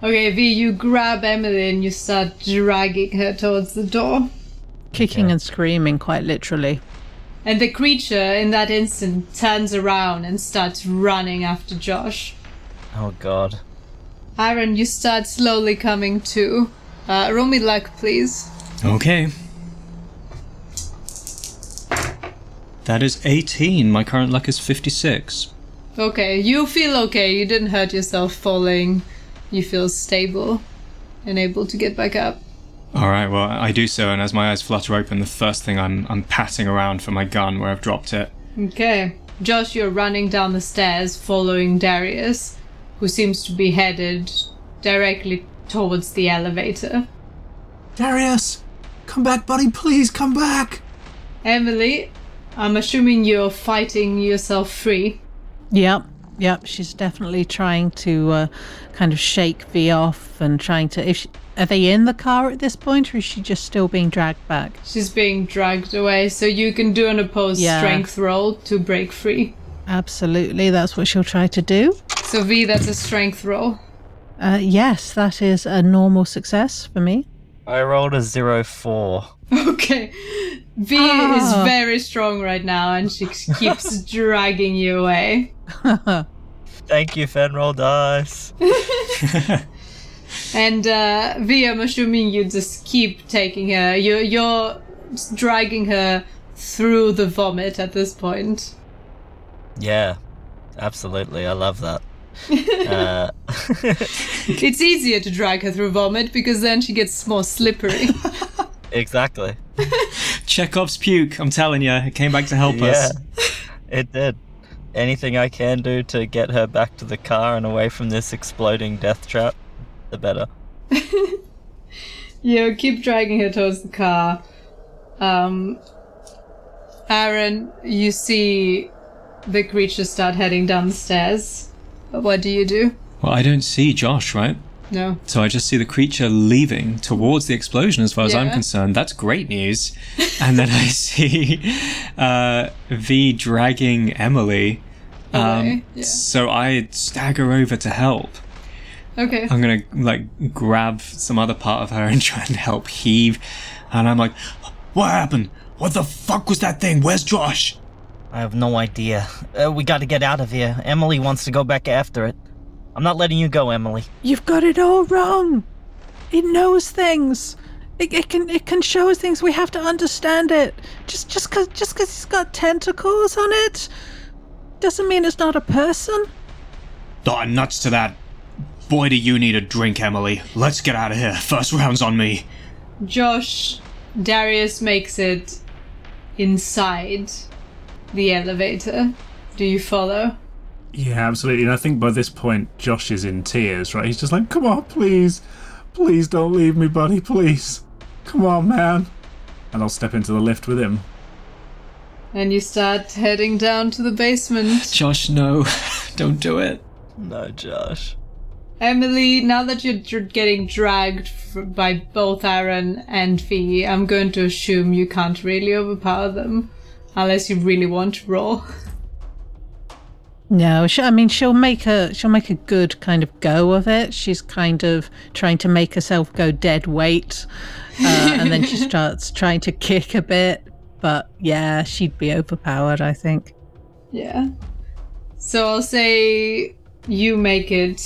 Speaker 3: Okay, V, you grab Emily and you start dragging her towards the door.
Speaker 7: Kicking and screaming, quite literally.
Speaker 3: And the creature in that instant turns around and starts running after Josh.
Speaker 5: Oh god.
Speaker 3: Aaron, you start slowly coming to. Uh, roll me luck, please.
Speaker 4: Okay. That is 18. My current luck is 56.
Speaker 3: Okay, you feel okay. You didn't hurt yourself falling. You feel stable and able to get back up.
Speaker 4: All right, well, I do so, and as my eyes flutter open, the first thing I'm, I'm patting around for my gun where I've dropped it.
Speaker 3: Okay. Josh, you're running down the stairs following Darius, who seems to be headed directly towards the elevator.
Speaker 11: Darius! Come back, buddy, please, come back!
Speaker 3: Emily, I'm assuming you're fighting yourself free.
Speaker 7: Yep, yep. She's definitely trying to uh, kind of shake V off and trying to. If she, are they in the car at this point, or is she just still being dragged back?
Speaker 3: She's being dragged away, so you can do an opposed
Speaker 7: Yeah.
Speaker 3: strength roll to break free.
Speaker 7: Absolutely, that's what she'll try to do.
Speaker 3: So V, that's a strength roll.
Speaker 7: Uh, yes, that is a normal success for me.
Speaker 5: I rolled a zero four.
Speaker 3: Okay. V
Speaker 7: Ah.
Speaker 3: is very strong right now, and she keeps dragging you away.
Speaker 5: Thank you, Fenroll Dice.
Speaker 3: And uh, V, I'm assuming you just keep taking her. You're, you're dragging her through the vomit at this point.
Speaker 5: Yeah, absolutely. I love that. uh,
Speaker 3: It's easier to drag her through vomit because then she gets more slippery.
Speaker 5: exactly.
Speaker 4: Chekhov's puke, I'm telling you, it came back to help
Speaker 5: Yeah,
Speaker 4: us.
Speaker 5: it did. Anything I can do to get her back to the car and away from this exploding death trap, the better.
Speaker 3: you keep dragging her towards the car. Um, Aaron, you see the creature start heading down the stairs. What do you do?
Speaker 4: Well, I don't see Josh, right?
Speaker 3: No.
Speaker 4: So I just see the creature leaving towards the explosion, as far as I'm
Speaker 3: Yeah.
Speaker 4: concerned. That's great news. and then I see uh, V dragging Emily. Um,
Speaker 3: Okay, Oh, Eh, yeah.
Speaker 4: So I stagger over to help.
Speaker 3: Okay.
Speaker 4: I'm gonna like grab some other part of her and try and help heave. And I'm like,
Speaker 12: What happened? What the fuck was that thing? Where's Josh?
Speaker 5: I have no idea. Uh, we gotta get out of here. Emily wants to go back after it. I'm not letting you go, Emily.
Speaker 7: You've got it all wrong. It knows things. It, it can it can show us things. We have to understand it. Just just cause just cause it's got tentacles on it, doesn't mean it's not a person.
Speaker 12: Oh, I'm nuts to that. Boy, do you need a drink, Emily. Let's get out of here. First round's on me.
Speaker 3: Josh, Darius makes it inside the elevator. Do you follow?
Speaker 6: Yeah, absolutely. And I think by this point, Josh is in tears, right? He's just like, come on, please. Please don't leave me, buddy. Please. Come on, man. And I'll step into the lift with him.
Speaker 3: And you start heading down to the basement.
Speaker 4: Josh, no, don't do it.
Speaker 5: No, Josh.
Speaker 3: Emily, now that you're dr- getting dragged f- by both Aaron and Fee, I'm going to assume you can't really overpower them unless you really want to roll.
Speaker 7: No, she, I mean she'll make a she'll make a good kind of go of it. She's kind of trying to make herself go dead weight, uh, and then she starts trying to kick a bit. But yeah, she'd be overpowered, I think.
Speaker 3: Yeah. So I'll say you make it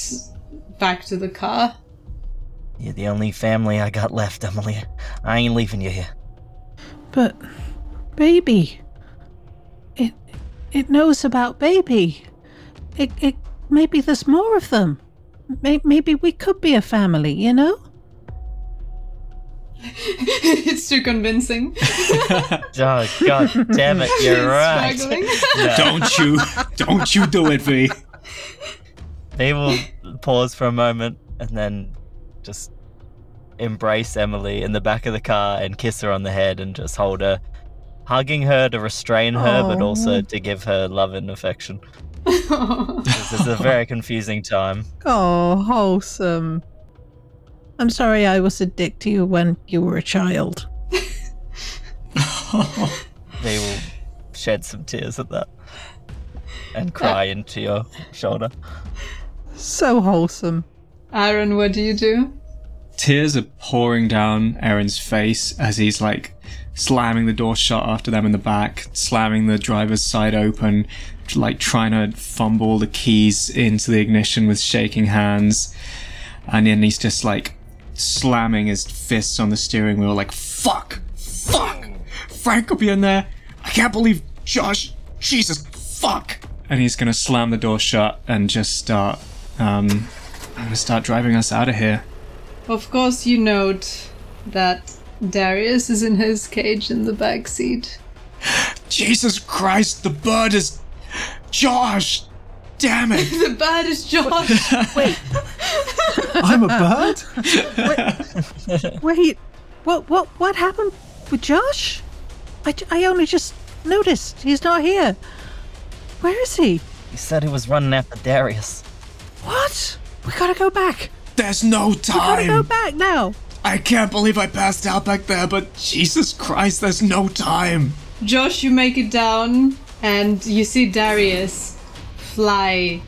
Speaker 3: back to the car.
Speaker 5: You're the only family I got left, Emily. I ain't leaving you here.
Speaker 7: But baby, it it knows about baby. It it maybe there's more of them. May- Maybe we could be a family, you know?
Speaker 3: it's too convincing.
Speaker 5: Oh, God damn it, you're right.
Speaker 3: Struggling.
Speaker 12: Don't you, don't you do it, V.
Speaker 5: He will pause for a moment and then just embrace Emily in the back of the car and kiss her on the head and just hold her, hugging her to restrain her, but also
Speaker 8: Aw.
Speaker 5: to give her love and affection. this is a very confusing time.
Speaker 8: Oh, wholesome. I'm sorry I was a dick to you when you were a child.
Speaker 5: They will shed some tears at that and cry into your shoulder.
Speaker 8: So wholesome.
Speaker 3: Aaron, what do you do?
Speaker 4: Tears are pouring down Aaron's face as he's like slamming the door shut after them in the back, slamming the driver's side open, like trying to fumble the keys into the ignition with shaking hands. And then he's just like slamming his fists on the steering wheel, like, fuck, fuck, Frank will be in there. I can't believe Josh, Jesus, fuck. And he's gonna slam the door shut and just start, um, I'm gonna start driving us out of here.
Speaker 3: Of course, you note that Darius is in his cage in the back seat.
Speaker 1: Jesus Christ, the bird is. Josh! Damn it!
Speaker 3: the bird is Josh.
Speaker 8: I'm a bird? wait, wait, what, what, what happened with Josh? I, j- I only just noticed he's not here. Where is he?
Speaker 5: He said he was running after Darius.
Speaker 8: What? We gotta go back.
Speaker 1: There's no
Speaker 8: We gotta go
Speaker 1: time!
Speaker 8: back now.
Speaker 1: I can't believe I passed out back there, but Jesus Christ, there's no time!
Speaker 3: Josh, you make it down, and you see Darius fly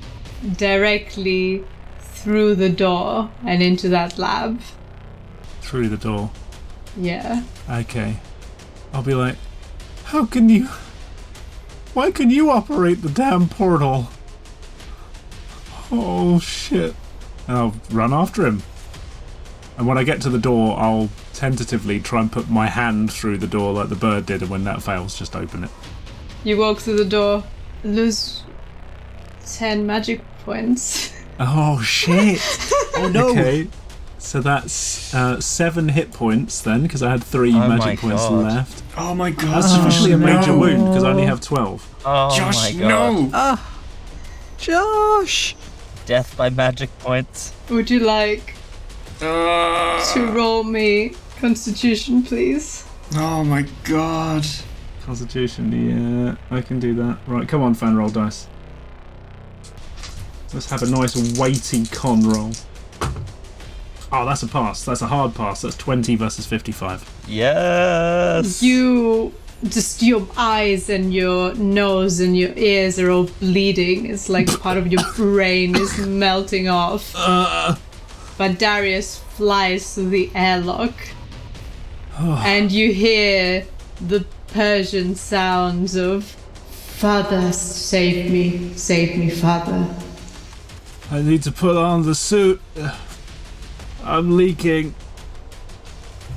Speaker 3: directly through the door and into that lab.
Speaker 6: through the door.
Speaker 3: Yeah.
Speaker 6: Okay. I'll be like, how can you. Why can you operate the damn portal? Oh shit. And I'll run after him. And when I get to the door, I'll tentatively try and put my hand through the door like the bird did, and when that fails, just open it.
Speaker 3: You walk through the door, lose 10 magic points.
Speaker 6: Oh shit!
Speaker 3: Oh
Speaker 6: Okay. So that's uh, seven hit points then, because I had three
Speaker 5: Oh my
Speaker 6: magic points
Speaker 5: God.
Speaker 6: left.
Speaker 1: Oh my god.
Speaker 6: That's
Speaker 1: Josh,
Speaker 6: officially a major
Speaker 1: no.
Speaker 6: wound because I only have twelve.
Speaker 5: Oh
Speaker 1: Josh,
Speaker 5: my god.
Speaker 1: no!
Speaker 8: Josh!
Speaker 5: Death by magic points.
Speaker 3: Would you like
Speaker 1: Uh,
Speaker 3: to roll me Constitution, please?
Speaker 1: oh my god.
Speaker 6: Constitution, yeah, I can do that. Right, come on, fan roll dice. Let's have a nice weighty con roll. Oh, that's a pass. That's a hard pass. That's 20 versus 55.
Speaker 5: Yes!
Speaker 3: You just your eyes and your nose and your ears are all bleeding. It's like part of your brain is melting off. But Darius flies through the airlock, and you hear the Persian sounds of "Father, save me, save me, Father."
Speaker 6: I need to put on the suit. I'm leaking.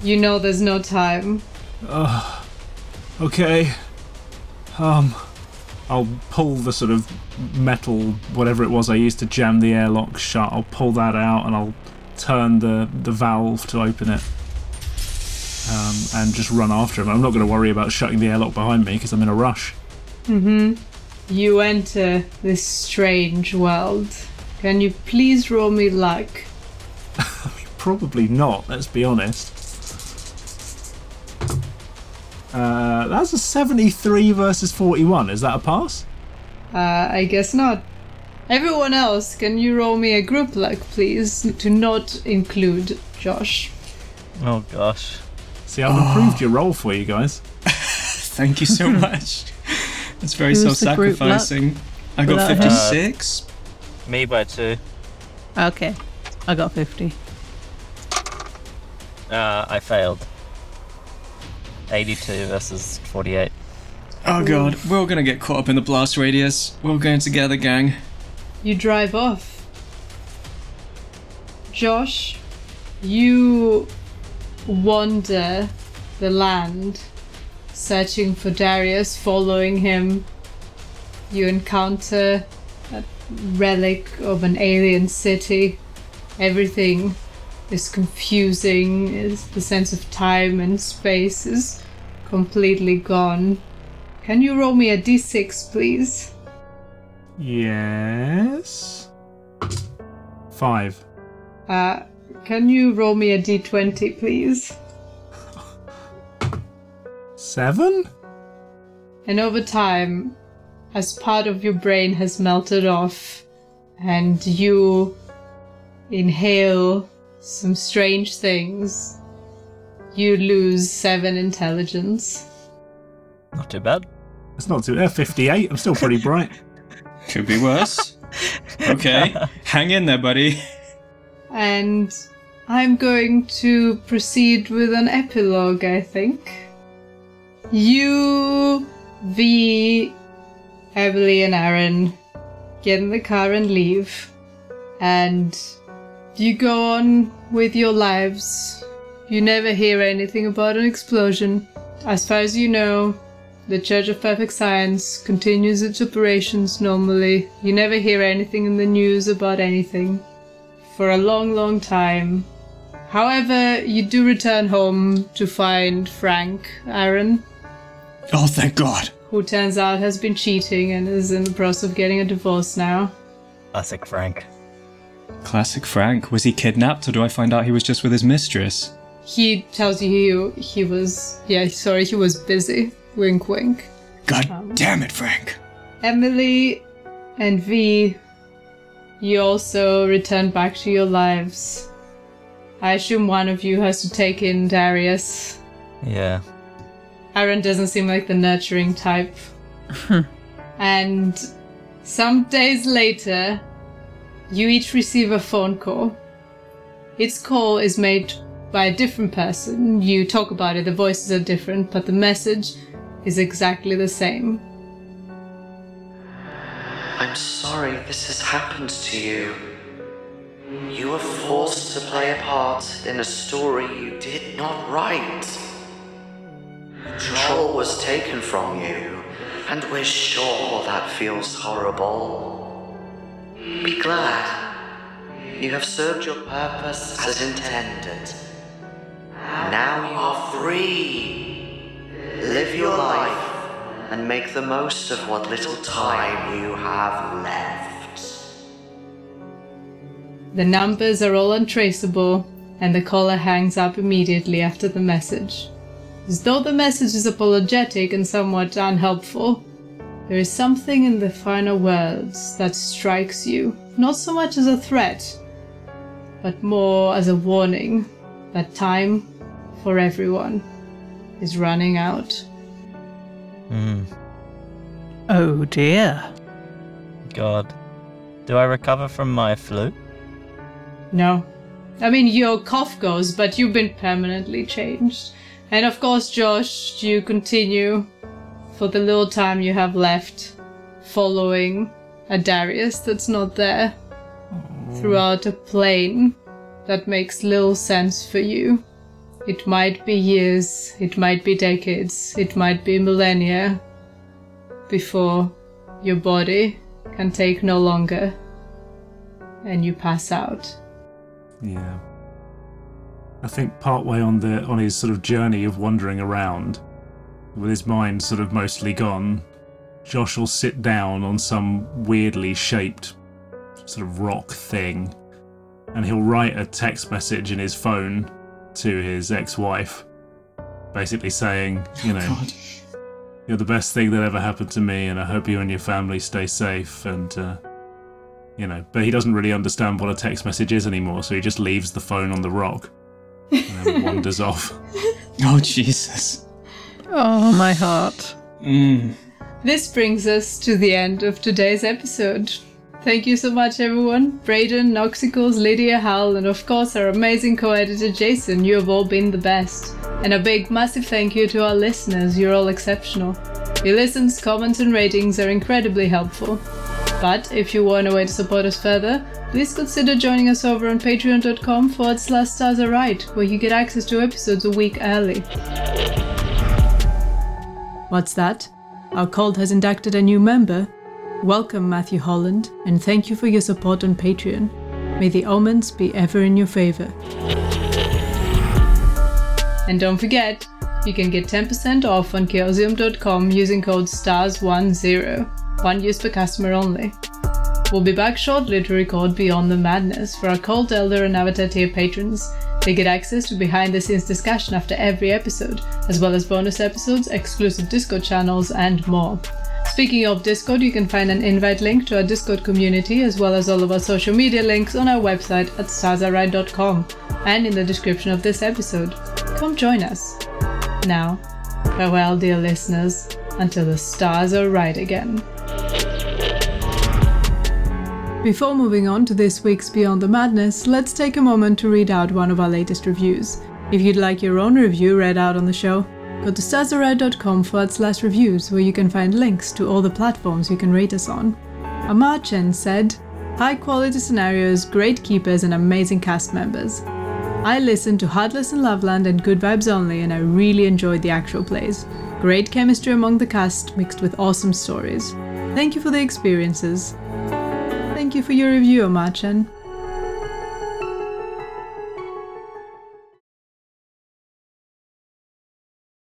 Speaker 3: You know there's no time.
Speaker 6: Okay. Um, I'll pull the sort of metal, whatever it was I used to jam the airlock shut. I'll pull that out and I'll turn the the valve to open it. Um, and just run after him. I'm not going to worry about shutting the airlock behind me because I'm in a rush.
Speaker 3: You enter this strange world. Can you please roll me luck?
Speaker 6: Probably not. Let's be honest. Uh, that's a 73 versus 41. Is that a pass?
Speaker 3: Uh, I guess not. Everyone else, can you roll me a group luck, please? To not include Josh.
Speaker 5: Oh gosh.
Speaker 6: See, I've improved your roll for you guys.
Speaker 4: Thank you so much. That's very
Speaker 8: Who's the
Speaker 4: self
Speaker 8: group Uh,
Speaker 4: sacrificing. I got
Speaker 8: Without her?
Speaker 4: 56.
Speaker 5: Me by two.
Speaker 8: Okay, I got 50.
Speaker 5: Uh, I failed. 82 versus 48.
Speaker 4: Oh god, we're all gonna get caught up in the blast radius. We're all going together, gang.
Speaker 3: You drive off. Josh, you wander the land, searching for Darius, following him. You encounter a relic of an alien city. Everything is confusing, is the sense of time and space is completely gone. Can you roll me a d6, please?
Speaker 6: Yes. Five.
Speaker 3: Uh, Can you roll me a d20, please?
Speaker 6: Seven?
Speaker 3: And over time, as part of your brain has melted off, and you inhale some strange things, you lose seven intelligence.
Speaker 5: Not too bad.
Speaker 6: It's not too. Uh, Fifty-eight. I'm still pretty bright.
Speaker 4: Could be worse. Okay, hang in there, buddy.
Speaker 3: And I'm going to proceed with an epilogue, I think. You, V, Emily, and Aaron get in the car and leave. And you go on with your lives. You never hear anything about an explosion. As far as you know, the Church of Perfect Science continues its operations normally. You never hear anything in the news about anything for a long, long time. However, you do return home to find Frank, Aaron,
Speaker 1: Oh, thank God.
Speaker 3: who turns out has been cheating and is in the process of getting a divorce now.
Speaker 5: Classic Frank.
Speaker 4: Classic Frank. Was he kidnapped, or do I find out he was just with his mistress?
Speaker 3: He tells you he, he was, yeah, sorry, he was busy. Wink, wink.
Speaker 1: God damn it, Frank.
Speaker 3: Emily and V, you also return back to your lives. I assume one of you has to take in Darius.
Speaker 5: Yeah.
Speaker 3: Aaron doesn't seem like the nurturing type. and some days later, you each receive a phone call. Its call is made by a different person. You talk about it, the voices are different, but the message is exactly the same.
Speaker 13: I'm sorry this has happened to you. You were forced to play a part in a story you did not write. Control was taken from you, and we're sure that feels horrible. Be glad. You have served your purpose as intended. Now you are free. Live your life and make the most of what little time you have left.
Speaker 3: The numbers are all untraceable, and the caller hangs up immediately after the message. As though the message is apologetic and somewhat unhelpful, there is something in the final words that strikes you, not so much as a threat, but more as a warning that time for everyone is running out.
Speaker 5: Hmm.
Speaker 8: Oh dear.
Speaker 5: God. Do I recover from my flu?
Speaker 3: No. I mean, your cough goes, but you've been permanently changed. And of course, Josh, you continue for the little time you have left following a Darius that's not there throughout a plane that makes little sense for you. It might be years, it might be decades, it might be millennia before your body can take no longer and you pass out.
Speaker 6: Yeah. I think partway on the on his sort of journey of wandering around, with his mind sort of mostly gone, Josh will sit down on some weirdly shaped sort of rock thing, and he'll write a text message in his phone to his ex-wife, basically saying, you know, you're the best thing that ever happened to me, and I hope you and your family stay safe, and. Uh, you know, but he doesn't really understand what a text message is anymore, so he just leaves the phone on the rock and then wanders off.
Speaker 4: Oh, Jesus.
Speaker 8: Oh, my heart.
Speaker 4: Mm.
Speaker 3: This brings us to the end of today's episode. Thank you so much, everyone. Braden, Noxicals, Lydia, Hal, and of course our amazing co editor Jason. You have all been the best. And a big, massive thank you to our listeners. You're all exceptional. Your listens, comments, and ratings are incredibly helpful. But if you want a way to support us further, please consider joining us over on patreon.com forward slash stars are right, where you get access to episodes a week early. What's that? Our cult has inducted a new member. Welcome, Matthew Holland, and thank you for your support on Patreon. May the omens be ever in your favor. And don't forget, you can get 10% off on chaosium.com using code STARS10, one use per customer only. We'll be back shortly to record Beyond the Madness for our Cold Elder and Avatar tier patrons. They get access to behind the scenes discussion after every episode, as well as bonus episodes, exclusive Discord channels, and more. Speaking of Discord, you can find an invite link to our Discord community as well as all of our social media links on our website at sazaride.com and in the description of this episode. Come join us. Now, farewell, dear listeners, until the stars are right again. Before moving on to this week's Beyond the Madness, let's take a moment to read out one of our latest reviews. If you'd like your own review read out on the show, go to sazeride.com forward slash reviews where you can find links to all the platforms you can rate us on. Amar Chen said, High quality scenarios, great keepers, and amazing cast members. I listened to Heartless and Loveland and Good Vibes Only, and I really enjoyed the actual plays. Great chemistry among the cast mixed with awesome stories. Thank you for the experiences. Thank you for your review, Amar Chen.